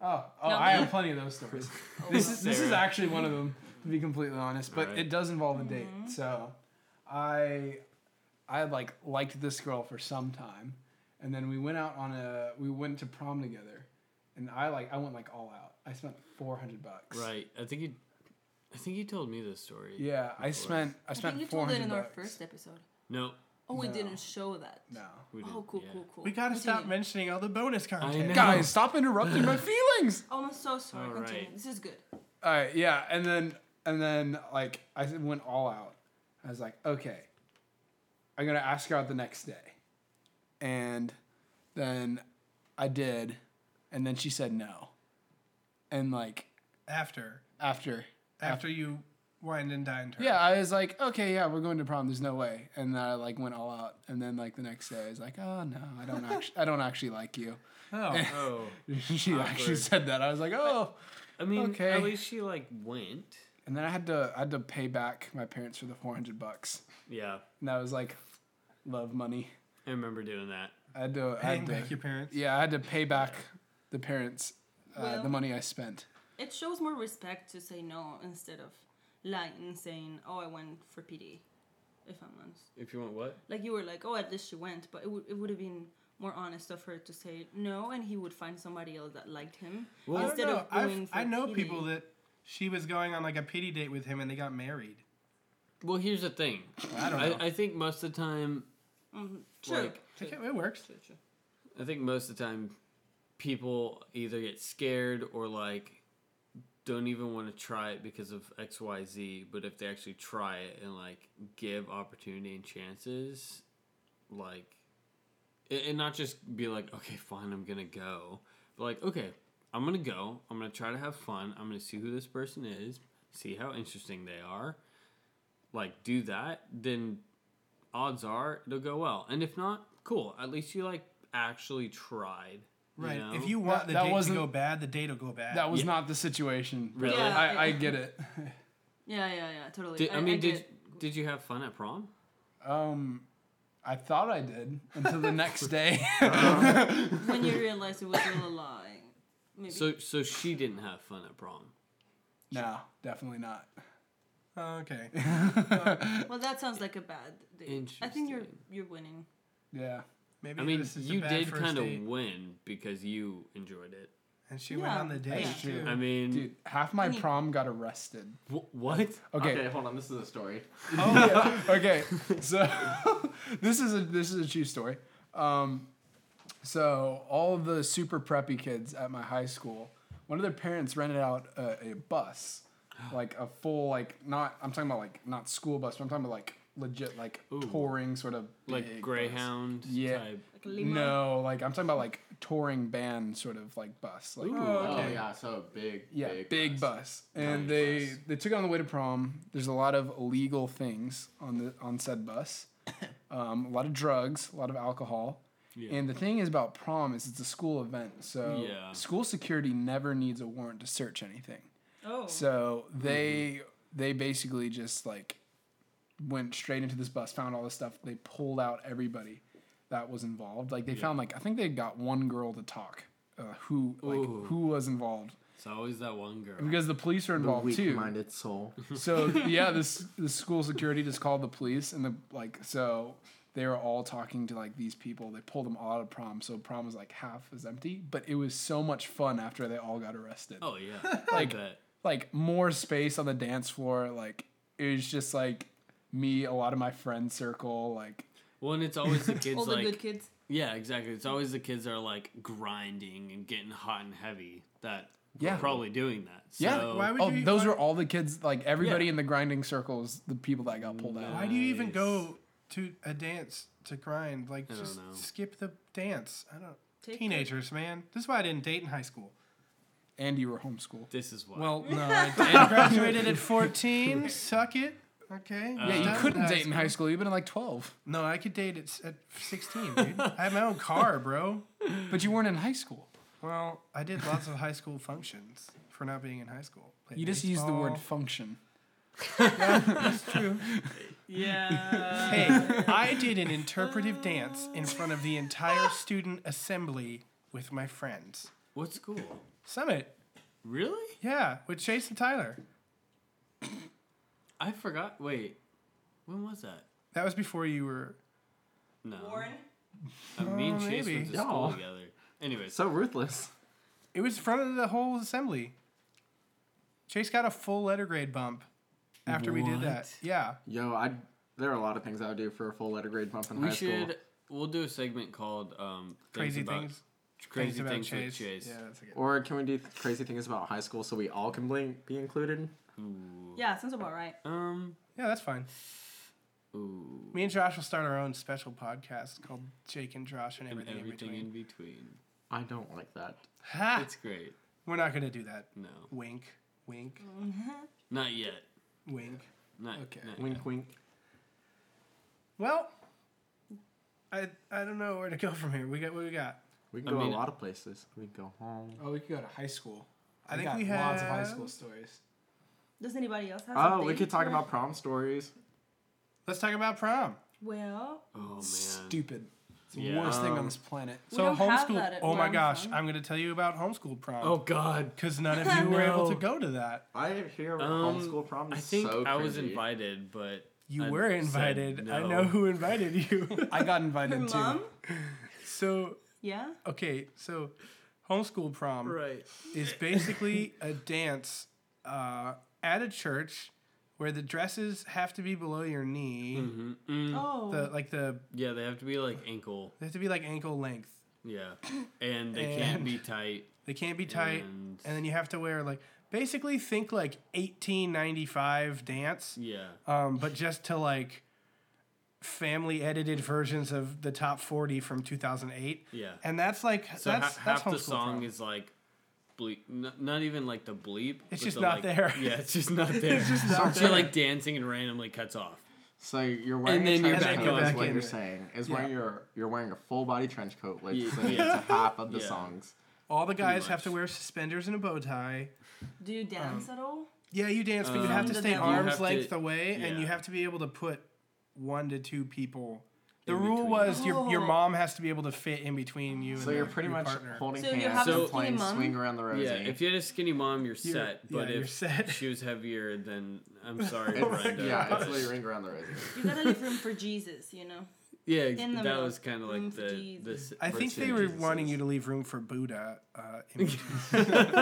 Speaker 4: oh, oh,
Speaker 3: No,
Speaker 4: I
Speaker 3: but-
Speaker 4: have plenty of those stories. this
Speaker 3: Oh,
Speaker 4: is this is
Speaker 5: Sarah.
Speaker 4: actually one of them, to be completely honest. But
Speaker 5: Alright.
Speaker 4: it does involve a date,
Speaker 3: Mm-hmm.
Speaker 4: so I I like liked this girl for some time, and then we went out on a we went to prom together, and I like I went like all out. I spent four hundred bucks.
Speaker 5: Right. I think you. I think you told me this story.
Speaker 4: Yeah, I
Speaker 5: before.
Speaker 4: spent I
Speaker 3: I think you
Speaker 4: spent four
Speaker 3: told it in
Speaker 4: hundred
Speaker 3: our
Speaker 4: bucks.
Speaker 3: first episode.
Speaker 5: No.
Speaker 3: Oh, we
Speaker 4: No.
Speaker 3: didn't show that.
Speaker 4: No.
Speaker 5: We
Speaker 3: Oh,
Speaker 5: didn't,
Speaker 3: cool,
Speaker 5: yeah.
Speaker 3: cool, cool.
Speaker 2: We gotta stop
Speaker 3: Continue.
Speaker 2: mentioning all the bonus content.
Speaker 5: know.
Speaker 4: Guys, stop interrupting my feelings.
Speaker 3: Oh, I'm so sorry.
Speaker 5: All
Speaker 3: Continue.
Speaker 5: right.
Speaker 3: This is good.
Speaker 4: All right, yeah, and then and then like I went all out. I was like, okay, I'm gonna ask her out the next day, and then I did, and then she said no, and like
Speaker 2: After,
Speaker 4: after
Speaker 2: after you wined and dined her.
Speaker 4: yeah, I was like, okay, yeah, we're going to prom. There's no way, and I like went all out, and then like the next day, I was like, oh no, I don't actually, I don't actually like you.
Speaker 2: Oh,
Speaker 5: Oh.
Speaker 4: she actually
Speaker 5: Awkward.
Speaker 4: said that. I was like, oh.
Speaker 5: I mean,
Speaker 4: Okay.
Speaker 5: at least she like went.
Speaker 4: And then I had to I had to pay back my parents for the four hundred bucks.
Speaker 5: Yeah.
Speaker 4: And that was like love money.
Speaker 5: I remember doing that.
Speaker 4: I had to, I
Speaker 2: paying
Speaker 4: had
Speaker 2: back
Speaker 4: to
Speaker 2: your parents.
Speaker 4: yeah, I had to pay back the parents uh,
Speaker 3: Well-
Speaker 4: the money I spent.
Speaker 3: It shows more respect to say no instead of lying and saying, "Oh, I went for PD." If I'm honest,
Speaker 5: If you want what?
Speaker 3: like you were like, "Oh, at least she went," but it would it would have been more honest of her to say no, and he would find somebody else that liked him
Speaker 2: I don't
Speaker 3: instead
Speaker 2: know.
Speaker 3: of going
Speaker 2: I've,
Speaker 3: for
Speaker 2: I know
Speaker 3: PD.
Speaker 2: people that she was going on like a pity date with him and they got married.
Speaker 5: Well, here's the thing.
Speaker 2: I don't know.
Speaker 5: I, I think most of the time,
Speaker 3: True.
Speaker 5: like,
Speaker 2: It's okay, it works.
Speaker 3: True, true.
Speaker 5: I think most of the time, people either get scared or like don't even want to try it because of X, Y, Z. But if they actually try it and like give opportunity and chances, like, a- and not just be like, okay, fine, I'm gonna go, but like, okay, I'm gonna go. I'm gonna try to have fun. I'm gonna see who this person is, see how interesting they are. Like, do that, then odds are it'll go well. And if not, cool. At least you like actually tried.
Speaker 2: Right.
Speaker 5: know?
Speaker 2: If you want
Speaker 4: That-
Speaker 2: the
Speaker 4: that
Speaker 2: date
Speaker 4: wasn't-
Speaker 2: to go bad, the date will go bad.
Speaker 4: That was
Speaker 5: Yeah.
Speaker 4: not the situation.
Speaker 5: Really?
Speaker 3: Yeah,
Speaker 4: I, I
Speaker 3: it-
Speaker 4: get it.
Speaker 3: Yeah, yeah, yeah. Totally.
Speaker 5: Did, I, mean, did
Speaker 3: get-
Speaker 5: did you have fun at prom?
Speaker 4: Um I thought I did until the next day.
Speaker 3: when you realize it was all a lie. Maybe.
Speaker 5: So so she didn't have fun at prom.
Speaker 4: no, definitely not.
Speaker 2: Oh, okay.
Speaker 3: well, that sounds like a bad date. I think you're
Speaker 5: Interesting.
Speaker 3: you're winning.
Speaker 4: Yeah.
Speaker 2: Maybe
Speaker 5: I mean,
Speaker 2: this is a
Speaker 5: you
Speaker 2: bad
Speaker 5: did
Speaker 2: first
Speaker 5: kind of
Speaker 2: date.
Speaker 5: win because you enjoyed it.
Speaker 2: And she went
Speaker 3: Yeah.
Speaker 2: on the date
Speaker 3: That's
Speaker 2: too.
Speaker 4: true.
Speaker 5: I mean,
Speaker 4: Dude, half my
Speaker 3: Any-
Speaker 4: prom got arrested.
Speaker 5: wh- what?
Speaker 4: Okay.
Speaker 6: okay, hold on. This is a story.
Speaker 4: okay, so this is a this is a true story. Um, so all of the super preppy kids at my high school, one of their parents rented out a, a bus, like a full like not I'm talking about like not school bus, but I'm talking about like legit like touring sort of big
Speaker 5: Like
Speaker 4: bus.
Speaker 5: Greyhound
Speaker 4: Yeah.
Speaker 5: type.
Speaker 3: Like a limo.
Speaker 4: No, like I'm talking about like touring band sort of like bus, like
Speaker 6: Oh
Speaker 2: Okay.
Speaker 6: yeah, so big,
Speaker 4: yeah,
Speaker 6: big,
Speaker 4: big,
Speaker 6: bus.
Speaker 4: bus. And they they took it on the way to prom. There's a lot of illegal things on the on said bus. Um, a lot of drugs, a lot of alcohol.
Speaker 5: Yeah.
Speaker 4: And the thing is about prom is it's a school event, so
Speaker 5: Yeah.
Speaker 4: school security never needs a warrant to search anything.
Speaker 3: Oh.
Speaker 4: So
Speaker 5: Mm-hmm.
Speaker 4: they they basically just like went straight into this bus, found all this stuff. They pulled out everybody that was involved. Like they found like I think they got one girl to talk, uh, who like
Speaker 5: Ooh.
Speaker 4: who was involved
Speaker 5: It's always that one girl.
Speaker 4: because the police are involved too.
Speaker 6: soul.
Speaker 4: So yeah, this the school security just called the police and the like. So they were all talking to like these people. They pulled them all out of prom. So prom was like half was empty, but it was so much fun after they all got arrested.
Speaker 5: Oh yeah, like that.
Speaker 4: Like more space on the dance floor. Like it was just like me, a lot of my friend circle. Like
Speaker 5: Well, and it's always the kids
Speaker 3: all the
Speaker 5: like
Speaker 3: good kids.
Speaker 5: yeah, exactly. It's always the kids that are like grinding and getting hot and heavy that
Speaker 4: Yeah.
Speaker 5: are probably doing that. So,
Speaker 4: yeah.
Speaker 2: Why would
Speaker 4: oh,
Speaker 2: you-
Speaker 4: those
Speaker 2: why-
Speaker 4: were all the kids. Like everybody
Speaker 5: Yeah.
Speaker 4: in the grinding circles, the people that got pulled out.
Speaker 2: Why do you even
Speaker 5: Nice.
Speaker 2: go to a dance to grind? Like,
Speaker 5: I don't
Speaker 2: just
Speaker 5: know.
Speaker 2: skip the dance. I don't.
Speaker 3: Take
Speaker 2: Teenagers, man. This is why I didn't date in high school.
Speaker 4: And you were homeschooled.
Speaker 5: this is why.
Speaker 2: Well, no, I I graduated at 14. Suck it. Okay.
Speaker 4: Uh, Yeah, you
Speaker 2: Done
Speaker 4: couldn't
Speaker 2: with
Speaker 4: date in high school. You've been like twelve,
Speaker 2: No, I could date at, s- at 16, dude. I had my own car, bro.
Speaker 4: but you weren't in high school.
Speaker 2: Well, I did lots of high school functions for not being in high school. Played
Speaker 4: You just used the word
Speaker 2: baseball.
Speaker 4: function.
Speaker 2: That's true.
Speaker 3: Yeah.
Speaker 2: Hey, I did an interpretive dance in front of the entire student assembly with my friends.
Speaker 5: What school?
Speaker 2: Summit,
Speaker 5: Really?
Speaker 2: yeah, with Chase and Tyler.
Speaker 5: I forgot. Wait, when was that?
Speaker 2: That was before you were.
Speaker 5: No.
Speaker 3: Warren.
Speaker 5: Uh, me and
Speaker 2: Oh,
Speaker 5: Chase
Speaker 2: maybe.
Speaker 5: went to
Speaker 6: Y'all.
Speaker 5: school together. Anyways,
Speaker 6: So ruthless.
Speaker 2: It was in front of the whole assembly. Chase got a full letter grade bump after we did that.
Speaker 5: What?
Speaker 2: Yeah.
Speaker 6: Yo, I there are a lot of things I would do for a full letter grade bump in
Speaker 5: we
Speaker 6: high
Speaker 5: should.
Speaker 6: school.
Speaker 5: We'll do a segment called um,
Speaker 2: Crazy
Speaker 5: about-
Speaker 2: things.
Speaker 5: Crazy
Speaker 2: about
Speaker 5: things, with Chase.
Speaker 2: Yeah, that's a good.
Speaker 6: Or can we do th- crazy things about high school so we all can bl- be included?
Speaker 5: Ooh.
Speaker 3: Yeah, sounds about right.
Speaker 5: Um.
Speaker 2: Yeah, that's fine.
Speaker 5: Ooh.
Speaker 2: Me and Josh will start our own special podcast called Jake and Josh and
Speaker 5: And
Speaker 2: everything,
Speaker 5: everything
Speaker 2: in
Speaker 5: in
Speaker 2: between.
Speaker 5: between.
Speaker 6: I don't like that.
Speaker 2: Ha!
Speaker 5: It's great.
Speaker 2: We're not gonna do that.
Speaker 5: No,
Speaker 2: Wink, wink,
Speaker 5: not yet.
Speaker 2: wink.
Speaker 5: Not,
Speaker 2: Okay.
Speaker 5: not yet.
Speaker 6: Wink, wink.
Speaker 2: Well, I I don't know where to go from here. We got what we got.
Speaker 6: We
Speaker 5: I
Speaker 6: can go
Speaker 5: mean-
Speaker 6: a lot of places. We can go home.
Speaker 4: Oh, we could go to high school.
Speaker 2: I think we have
Speaker 4: lots of high school stories.
Speaker 3: Does anybody else have
Speaker 6: Oh,
Speaker 3: something?
Speaker 6: we could talk
Speaker 3: to-
Speaker 6: about prom stories.
Speaker 2: Let's talk about prom.
Speaker 3: Well,
Speaker 5: Oh man.
Speaker 4: Stupid. It's the
Speaker 5: Yeah.
Speaker 4: worst thing on
Speaker 6: Um,
Speaker 4: this planet.
Speaker 3: We
Speaker 2: So
Speaker 3: don't have
Speaker 2: homeschool.
Speaker 3: that at
Speaker 2: oh my
Speaker 3: prom,
Speaker 2: gosh,
Speaker 3: son.
Speaker 2: I'm gonna tell you about homeschool prom.
Speaker 5: Oh God.
Speaker 2: because none of you were able to
Speaker 5: No.
Speaker 2: go to that.
Speaker 6: I hear
Speaker 5: Um,
Speaker 6: homeschool prom
Speaker 5: I
Speaker 6: is
Speaker 5: think
Speaker 6: so
Speaker 5: I was
Speaker 6: cringy.
Speaker 5: invited, but
Speaker 2: You
Speaker 5: I
Speaker 2: were
Speaker 5: said
Speaker 2: invited. I
Speaker 5: no.
Speaker 2: know who invited you.
Speaker 4: I got
Speaker 3: her
Speaker 4: invited
Speaker 3: mom.
Speaker 4: too.
Speaker 2: so
Speaker 3: Yeah.
Speaker 2: okay, so homeschool prom.
Speaker 5: right.
Speaker 2: is basically a dance uh, at a church where the dresses have to be below your knee.
Speaker 5: hmm Mm.
Speaker 3: Oh.
Speaker 2: The like the
Speaker 5: Yeah, they have to be like ankle.
Speaker 2: they have to be like ankle length.
Speaker 5: Yeah, and they can't
Speaker 2: And-
Speaker 5: be tight.
Speaker 2: They can't be tight,
Speaker 5: And-
Speaker 2: and, then you have to wear like basically think like 1895 dance,
Speaker 5: Yeah.
Speaker 2: um, but just to like family edited versions of the top 40 from 2008.
Speaker 5: Yeah.
Speaker 2: And that's like that's
Speaker 5: So ha-
Speaker 2: that's
Speaker 5: half the
Speaker 2: homeschool
Speaker 5: song
Speaker 2: prom.
Speaker 5: is like bleep. N- not even like the bleep. but
Speaker 2: just
Speaker 5: the,
Speaker 2: not
Speaker 5: like-
Speaker 2: there.
Speaker 5: Yeah, it's just not there. it's
Speaker 2: just not
Speaker 5: You're
Speaker 2: there.
Speaker 5: like dancing and randomly cuts off.
Speaker 6: So you're wearing
Speaker 5: And then
Speaker 6: a
Speaker 5: you're
Speaker 6: trench
Speaker 5: back
Speaker 6: coat.
Speaker 5: in.
Speaker 6: is
Speaker 2: Back
Speaker 6: what
Speaker 2: in.
Speaker 6: you're saying is wearing your you're wearing a full body trench coat, like
Speaker 5: Yeah.
Speaker 6: singing
Speaker 5: Yeah.
Speaker 6: to half of the
Speaker 5: Yeah.
Speaker 6: songs.
Speaker 2: all the guys have
Speaker 5: much.
Speaker 2: to wear suspenders and a bow tie.
Speaker 3: Do you dance at all?
Speaker 2: Yeah, you dance, but you have to
Speaker 3: Um,
Speaker 2: stay
Speaker 3: You
Speaker 2: arm's
Speaker 5: have to-
Speaker 2: length away, and you
Speaker 5: yeah.
Speaker 2: have to be able to put one to two people. The
Speaker 5: In
Speaker 2: rule
Speaker 5: between.
Speaker 2: was your, your
Speaker 3: Oh.
Speaker 2: mom has to be able to fit in between you.
Speaker 6: So
Speaker 2: and
Speaker 6: you're
Speaker 2: the-
Speaker 6: pretty
Speaker 2: your
Speaker 6: much
Speaker 2: partner.
Speaker 6: holding
Speaker 3: So you
Speaker 6: hands
Speaker 3: have
Speaker 5: a
Speaker 6: and playing
Speaker 3: skinny mom?
Speaker 6: swing around the rosy.
Speaker 5: Yeah, if you had a skinny mom, you're
Speaker 2: You're-
Speaker 5: set. But
Speaker 2: yeah,
Speaker 5: if
Speaker 2: you're set.
Speaker 5: she was heavier, then I'm sorry,
Speaker 6: It's-
Speaker 5: Brenda.
Speaker 6: yeah, it's
Speaker 5: but-
Speaker 6: literally ring around the rosy.
Speaker 3: You gotta leave room for Jesus, you know.
Speaker 5: yeah. ex-
Speaker 3: in the
Speaker 5: that
Speaker 3: middle.
Speaker 5: was kind of
Speaker 3: Room
Speaker 5: like
Speaker 3: for
Speaker 5: the
Speaker 3: Jesus.
Speaker 5: this.
Speaker 2: I think they were wanting you to leave room for Buddha. Uh, in between.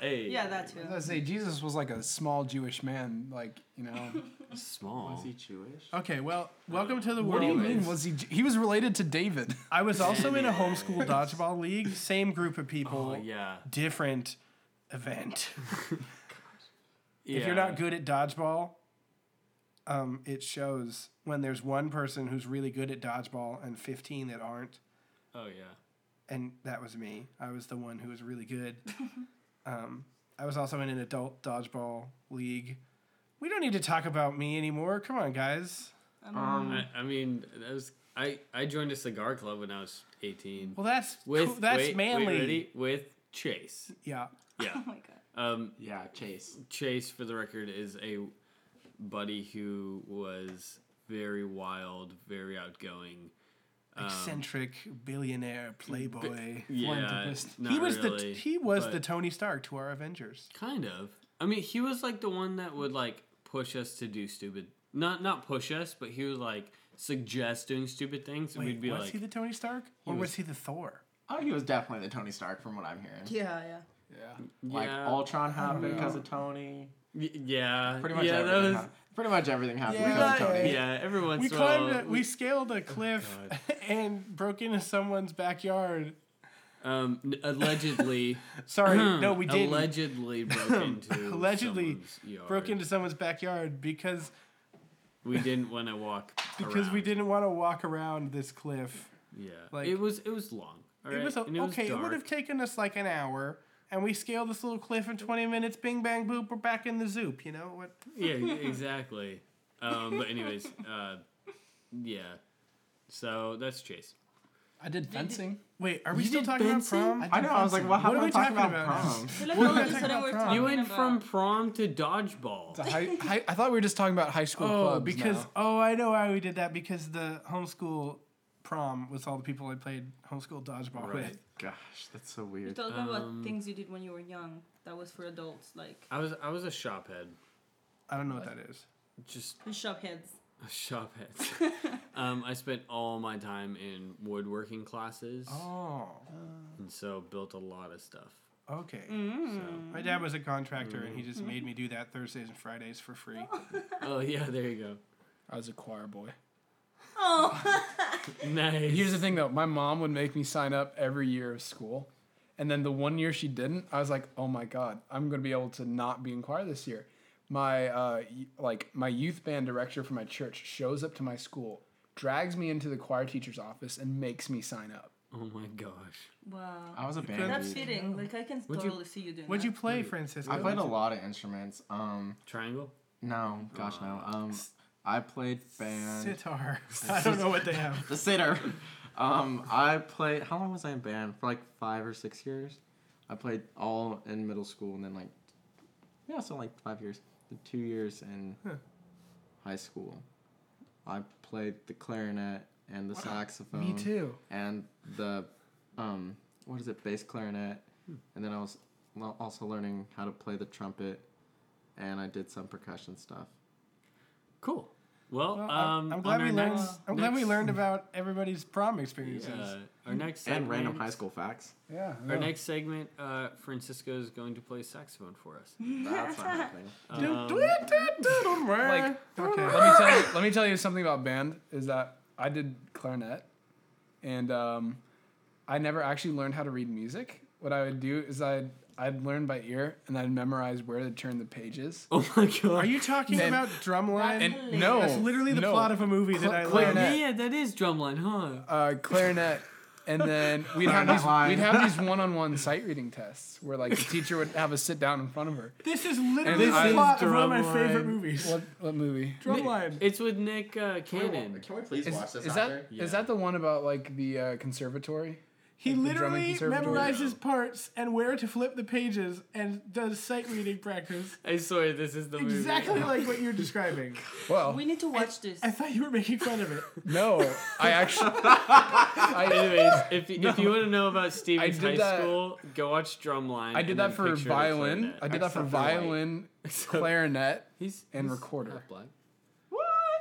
Speaker 5: Hey,
Speaker 3: Yeah, that
Speaker 4: I
Speaker 3: too.
Speaker 4: was gonna say Jesus was like a small Jewish man, like you know.
Speaker 5: small.
Speaker 6: Jewish?
Speaker 2: okay, well, welcome to the
Speaker 4: what
Speaker 2: world.
Speaker 4: do you mean? Was he? He was related to David.
Speaker 2: I was also in a homeschool dodgeball league. Same group of people,
Speaker 5: Oh yeah.
Speaker 2: different event.
Speaker 5: yeah.
Speaker 2: If you're not good at dodgeball, um, it shows when there's one person who's really good at dodgeball and 15 that aren't.
Speaker 5: Oh yeah.
Speaker 2: And that was me. I was the one who was really good. um, I was also in an adult dodgeball league. We don't need to talk about me anymore. Come on, guys.
Speaker 6: Um,
Speaker 5: I, I mean, that was I. I joined a cigar club when I was 18.
Speaker 2: Well, that's
Speaker 5: With
Speaker 2: cool- that's
Speaker 5: wait, wait,
Speaker 2: manly.
Speaker 5: ready? with Chase.
Speaker 2: Yeah.
Speaker 5: Yeah.
Speaker 3: Oh my god.
Speaker 5: Um,
Speaker 6: yeah, Chase.
Speaker 5: Chase, for the record, is a buddy who was very wild, very outgoing. Um,
Speaker 2: Eccentric billionaire playboy.
Speaker 5: Yeah,
Speaker 4: Philanthropist.
Speaker 5: not
Speaker 2: he was
Speaker 5: really,
Speaker 2: the he was
Speaker 5: but
Speaker 2: the Tony Stark to our Avengers.
Speaker 5: kind of. I mean, he was like the one that would like push us to do stupid. Not not push us, but he would like suggest doing stupid things, and
Speaker 2: Wait,
Speaker 5: we'd be
Speaker 2: was
Speaker 5: like,
Speaker 2: he the Tony Stark or was he the Thor?
Speaker 6: Oh, he was definitely the Tony Stark from what I'm hearing.
Speaker 3: Yeah, yeah.
Speaker 4: Yeah.
Speaker 6: Like
Speaker 5: yeah,
Speaker 6: Ultron happened because of Tony.
Speaker 5: y- yeah,
Speaker 6: Pretty much
Speaker 5: yeah, that
Speaker 6: everything.
Speaker 5: was.
Speaker 6: hap- pretty much everything happened because of
Speaker 2: Yeah.
Speaker 6: Tony.
Speaker 5: Yeah, every once
Speaker 2: we
Speaker 5: in a while,
Speaker 2: climbed a, we scaled
Speaker 5: Oh,
Speaker 2: a cliff and broke into someone's backyard
Speaker 5: Um, n- allegedly.
Speaker 2: sorry no we did not
Speaker 5: Allegedly broke into.
Speaker 2: Allegedly
Speaker 5: someone's yard.
Speaker 2: broke into someone's backyard because
Speaker 5: We didn't want to walk.
Speaker 2: because we
Speaker 5: around.
Speaker 2: didn't want to walk around this cliff
Speaker 5: Yeah.
Speaker 2: like-
Speaker 5: it was it was long. alright?
Speaker 2: it was a,
Speaker 5: And
Speaker 2: okay it would
Speaker 5: dark.
Speaker 2: have taken us like an hour and we scaled this little cliff in 20 minutes bing bang boop we're back in the zoop you know what
Speaker 5: yeah, exactly. Um, but anyways, uh, yeah. So that's Chase.
Speaker 4: I did fencing.
Speaker 2: Wait, are we
Speaker 5: You
Speaker 2: still
Speaker 5: did
Speaker 2: talking
Speaker 5: fencing?
Speaker 2: about prom?
Speaker 6: I know. I was like, well, how
Speaker 2: What
Speaker 6: about
Speaker 2: are we
Speaker 6: we talking about,
Speaker 2: talking about?
Speaker 6: prom?
Speaker 3: But look,
Speaker 2: What
Speaker 3: all
Speaker 2: are we
Speaker 3: this
Speaker 2: talking
Speaker 3: other
Speaker 2: about
Speaker 3: we're
Speaker 2: prom?
Speaker 3: talking
Speaker 5: You went
Speaker 3: about.
Speaker 5: from prom to dodgeball.
Speaker 4: It's a high, high, I thought we were just talking about high school
Speaker 2: Oh,
Speaker 4: clubs.
Speaker 2: because
Speaker 4: now.
Speaker 2: oh, I know why we did that because the homeschool prom was all the people I played homeschool dodgeball
Speaker 5: Right.
Speaker 2: with.
Speaker 6: Gosh, that's so
Speaker 3: You're
Speaker 6: weird.
Speaker 3: talking
Speaker 5: Um,
Speaker 3: about things you did when you were young. That was for adults, like
Speaker 5: I was I was a shop head.
Speaker 2: I don't know what that is.
Speaker 5: Just
Speaker 3: the shop heads.
Speaker 5: a shop head. um, I spent all my time in woodworking classes,
Speaker 2: Oh,
Speaker 5: and so built a lot of stuff.
Speaker 2: okay.
Speaker 5: Hmm.
Speaker 3: Mm.
Speaker 2: My dad was a contractor, and he just
Speaker 5: Mm-hmm.
Speaker 2: made me do that Thursdays and Fridays for free.
Speaker 5: Oh yeah, there you go.
Speaker 4: I was a choir boy.
Speaker 3: Oh,
Speaker 5: Nice.
Speaker 4: Here's the thing though, my mom would make me sign up every year of school. And then the one year she didn't, I was like, "Oh my god, I'm going to be able to not be in choir this year." My uh y- like my youth band director for my church shows up to my school, drags me into the choir teacher's office and makes me sign up.
Speaker 5: oh my gosh.
Speaker 3: wow.
Speaker 6: I was a band.
Speaker 3: That's
Speaker 6: dude.
Speaker 3: fitting. Like I can
Speaker 5: Would you-
Speaker 3: totally see you doing
Speaker 2: What'd you
Speaker 3: that.
Speaker 2: play, Francisco?
Speaker 6: I played a lot of instruments. Um,
Speaker 5: Triangle.
Speaker 6: no, gosh, no. Um, I played band.
Speaker 2: sitar. I don't know what they have.
Speaker 6: The sitter. Um, I played. How long was I in band? For like five or six years. I played all in middle school and then like, yeah, so like five years. The two years in
Speaker 2: Huh.
Speaker 6: high school, I played the clarinet and the saxophone.
Speaker 4: Me too.
Speaker 6: And the, um, what is it? Bass clarinet.
Speaker 4: Hmm.
Speaker 6: And then I was lo- also learning how to play the trumpet, and I did some percussion stuff.
Speaker 5: Cool. Well,
Speaker 2: Well, I'm-
Speaker 5: um,
Speaker 2: I'm, glad
Speaker 5: on
Speaker 2: we
Speaker 5: our
Speaker 2: learned.
Speaker 5: next-
Speaker 2: I'm glad we
Speaker 5: next-
Speaker 2: learned about everybody's prom experiences.
Speaker 5: Yeah, our next
Speaker 6: and random
Speaker 5: segment-
Speaker 6: high school facts.
Speaker 4: Yeah.
Speaker 5: Our
Speaker 4: no.
Speaker 5: next segment, uh, Francisco is going to play saxophone for us.
Speaker 6: That's not happening.
Speaker 5: Um,
Speaker 4: like
Speaker 2: Okay.
Speaker 4: let me tell you let me tell you something about band is that I did clarinet and um, I never actually learned how to read music. What I would do is I'd I'd learn by ear and I'd memorize where to turn the pages.
Speaker 5: oh my
Speaker 2: Are
Speaker 5: god.
Speaker 2: you talking
Speaker 4: Then-
Speaker 2: about drumline?
Speaker 4: And no,
Speaker 2: That's literally the
Speaker 4: no.
Speaker 2: plot of a movie
Speaker 4: Cl-
Speaker 2: that I
Speaker 4: clarinet.
Speaker 2: love.
Speaker 4: Clarinet.
Speaker 5: yeah, that is drumline, huh?
Speaker 4: uh, clarinet, and then we'd have
Speaker 6: Clarinet
Speaker 4: these
Speaker 6: line.
Speaker 4: we'd have these one-on-one sight reading tests where like the teacher would have us sit down in front of her.
Speaker 2: This is literally
Speaker 4: This
Speaker 2: the
Speaker 4: is
Speaker 2: plot of one of my
Speaker 5: Drumline.
Speaker 2: favorite movies.
Speaker 4: What what movie?
Speaker 2: Drumline.
Speaker 5: It's with Nick uh, Cannon.
Speaker 6: Can we please
Speaker 4: Is,
Speaker 6: watch this
Speaker 4: is that
Speaker 6: after?
Speaker 5: Yeah.
Speaker 4: is that the one about like the uh, conservatory?
Speaker 2: He
Speaker 4: Like the drumming
Speaker 2: literally
Speaker 4: conservatory.
Speaker 2: memorizes parts and where to flip the pages and does sight reading practice.
Speaker 5: I swear this is the movie.
Speaker 2: Exactly like what you're describing.
Speaker 4: Well,
Speaker 3: We need to watch this.
Speaker 2: I thought you were making fun of it.
Speaker 4: no, I actually. I,
Speaker 5: Anyways, if, you if you want to know about Steven's
Speaker 4: did
Speaker 5: high
Speaker 4: that-
Speaker 5: school, go watch Drumline.
Speaker 4: I did
Speaker 5: and
Speaker 4: that
Speaker 5: then
Speaker 4: for
Speaker 5: picture the
Speaker 4: violin.
Speaker 5: clarinet.
Speaker 4: I did that for
Speaker 6: Except for white.
Speaker 4: violin,
Speaker 5: Except-
Speaker 4: clarinet.
Speaker 5: He's
Speaker 4: and
Speaker 5: he's
Speaker 4: recorder.
Speaker 5: half black.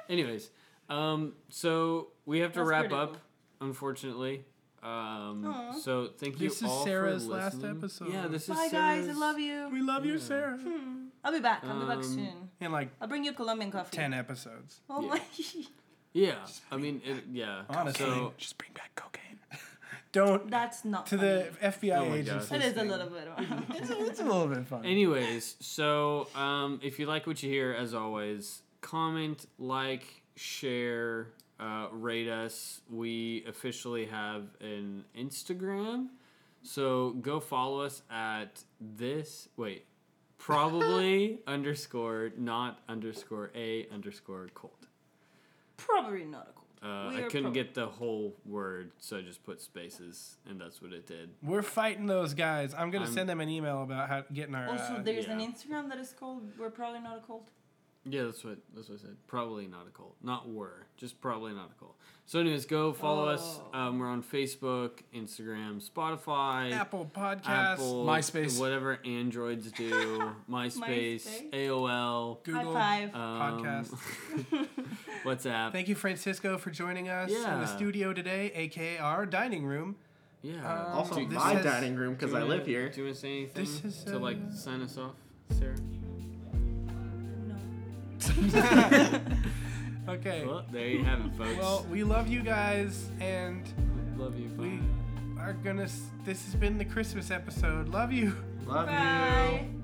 Speaker 5: Anyways, um, so we have to
Speaker 3: That's
Speaker 5: wrap
Speaker 3: pretty
Speaker 5: up,
Speaker 3: cool.
Speaker 5: unfortunately. Um,
Speaker 3: Aw.
Speaker 5: so thank you
Speaker 2: This is
Speaker 5: all for
Speaker 2: Sarah's last
Speaker 5: listening.
Speaker 2: episode.
Speaker 5: Yeah, this is
Speaker 3: Bye guys, I love you.
Speaker 2: We love you, Sarah.
Speaker 3: I'll be back. I'll be back
Speaker 5: Um,
Speaker 3: soon.
Speaker 2: In like
Speaker 3: I'll bring you Colombian coffee.
Speaker 2: 10 episodes.
Speaker 3: Oh
Speaker 5: Yeah.
Speaker 3: my.
Speaker 5: Yeah, I mean, it, yeah.
Speaker 2: Honestly.
Speaker 5: So
Speaker 4: Just bring back cocaine.
Speaker 2: Don't.
Speaker 3: That's not.
Speaker 2: To the FBI
Speaker 5: Oh my
Speaker 2: agents.
Speaker 5: God.
Speaker 3: That is a little bit. wrong.
Speaker 4: It's, it's a little bit fun.
Speaker 5: Anyways, so um, if you like what you hear, as always, comment, like, share, uh, rate us. We officially have an Instagram, so go follow us at this. Wait, probably underscore not underscore a underscore cult.
Speaker 3: Probably not a cold.
Speaker 5: Uh,
Speaker 3: We
Speaker 5: I
Speaker 3: are
Speaker 5: couldn't
Speaker 3: prob-
Speaker 5: get the whole word, so I just put spaces, and that's what it did.
Speaker 2: We're fighting those guys. I'm going to
Speaker 5: I'm-
Speaker 2: send them an email about how getting our.
Speaker 3: Also,
Speaker 2: uh,
Speaker 3: there's an
Speaker 5: yeah.
Speaker 3: Instagram that is called "We're Probably Not a Cult."
Speaker 5: Yeah, that's what that's what I said. Probably not a cult. Not were. Just probably not a cult. So, anyways, go follow us.
Speaker 3: Oh.
Speaker 5: Um, we're on Facebook, Instagram, Spotify,
Speaker 2: Apple Podcasts.
Speaker 5: Apple,
Speaker 4: MySpace.
Speaker 5: whatever Androids do, MySpace,
Speaker 3: MySpace.
Speaker 5: AOL,
Speaker 2: Google. Uh.
Speaker 3: High five.
Speaker 5: um, WhatsApp.
Speaker 2: Thank you, Francisco, for joining us in
Speaker 5: Yeah.
Speaker 2: the studio today, aka our dining room.
Speaker 5: yeah.
Speaker 2: Um,
Speaker 6: Also,
Speaker 2: Dude, this
Speaker 6: my
Speaker 2: has-
Speaker 6: dining room because
Speaker 5: Do you
Speaker 6: I
Speaker 5: wanna-
Speaker 6: live here.
Speaker 5: Do you want to say anything
Speaker 2: This is,
Speaker 5: to like
Speaker 2: uh,
Speaker 5: sign us off, Sarah?
Speaker 3: no.
Speaker 2: Okay.
Speaker 5: Well, there you have it, folks.
Speaker 2: Well, we love you guys, and
Speaker 5: love you. Bye.
Speaker 2: we are gonna. s- This has been the Christmas episode. Love you.
Speaker 6: Love you.
Speaker 3: Bye.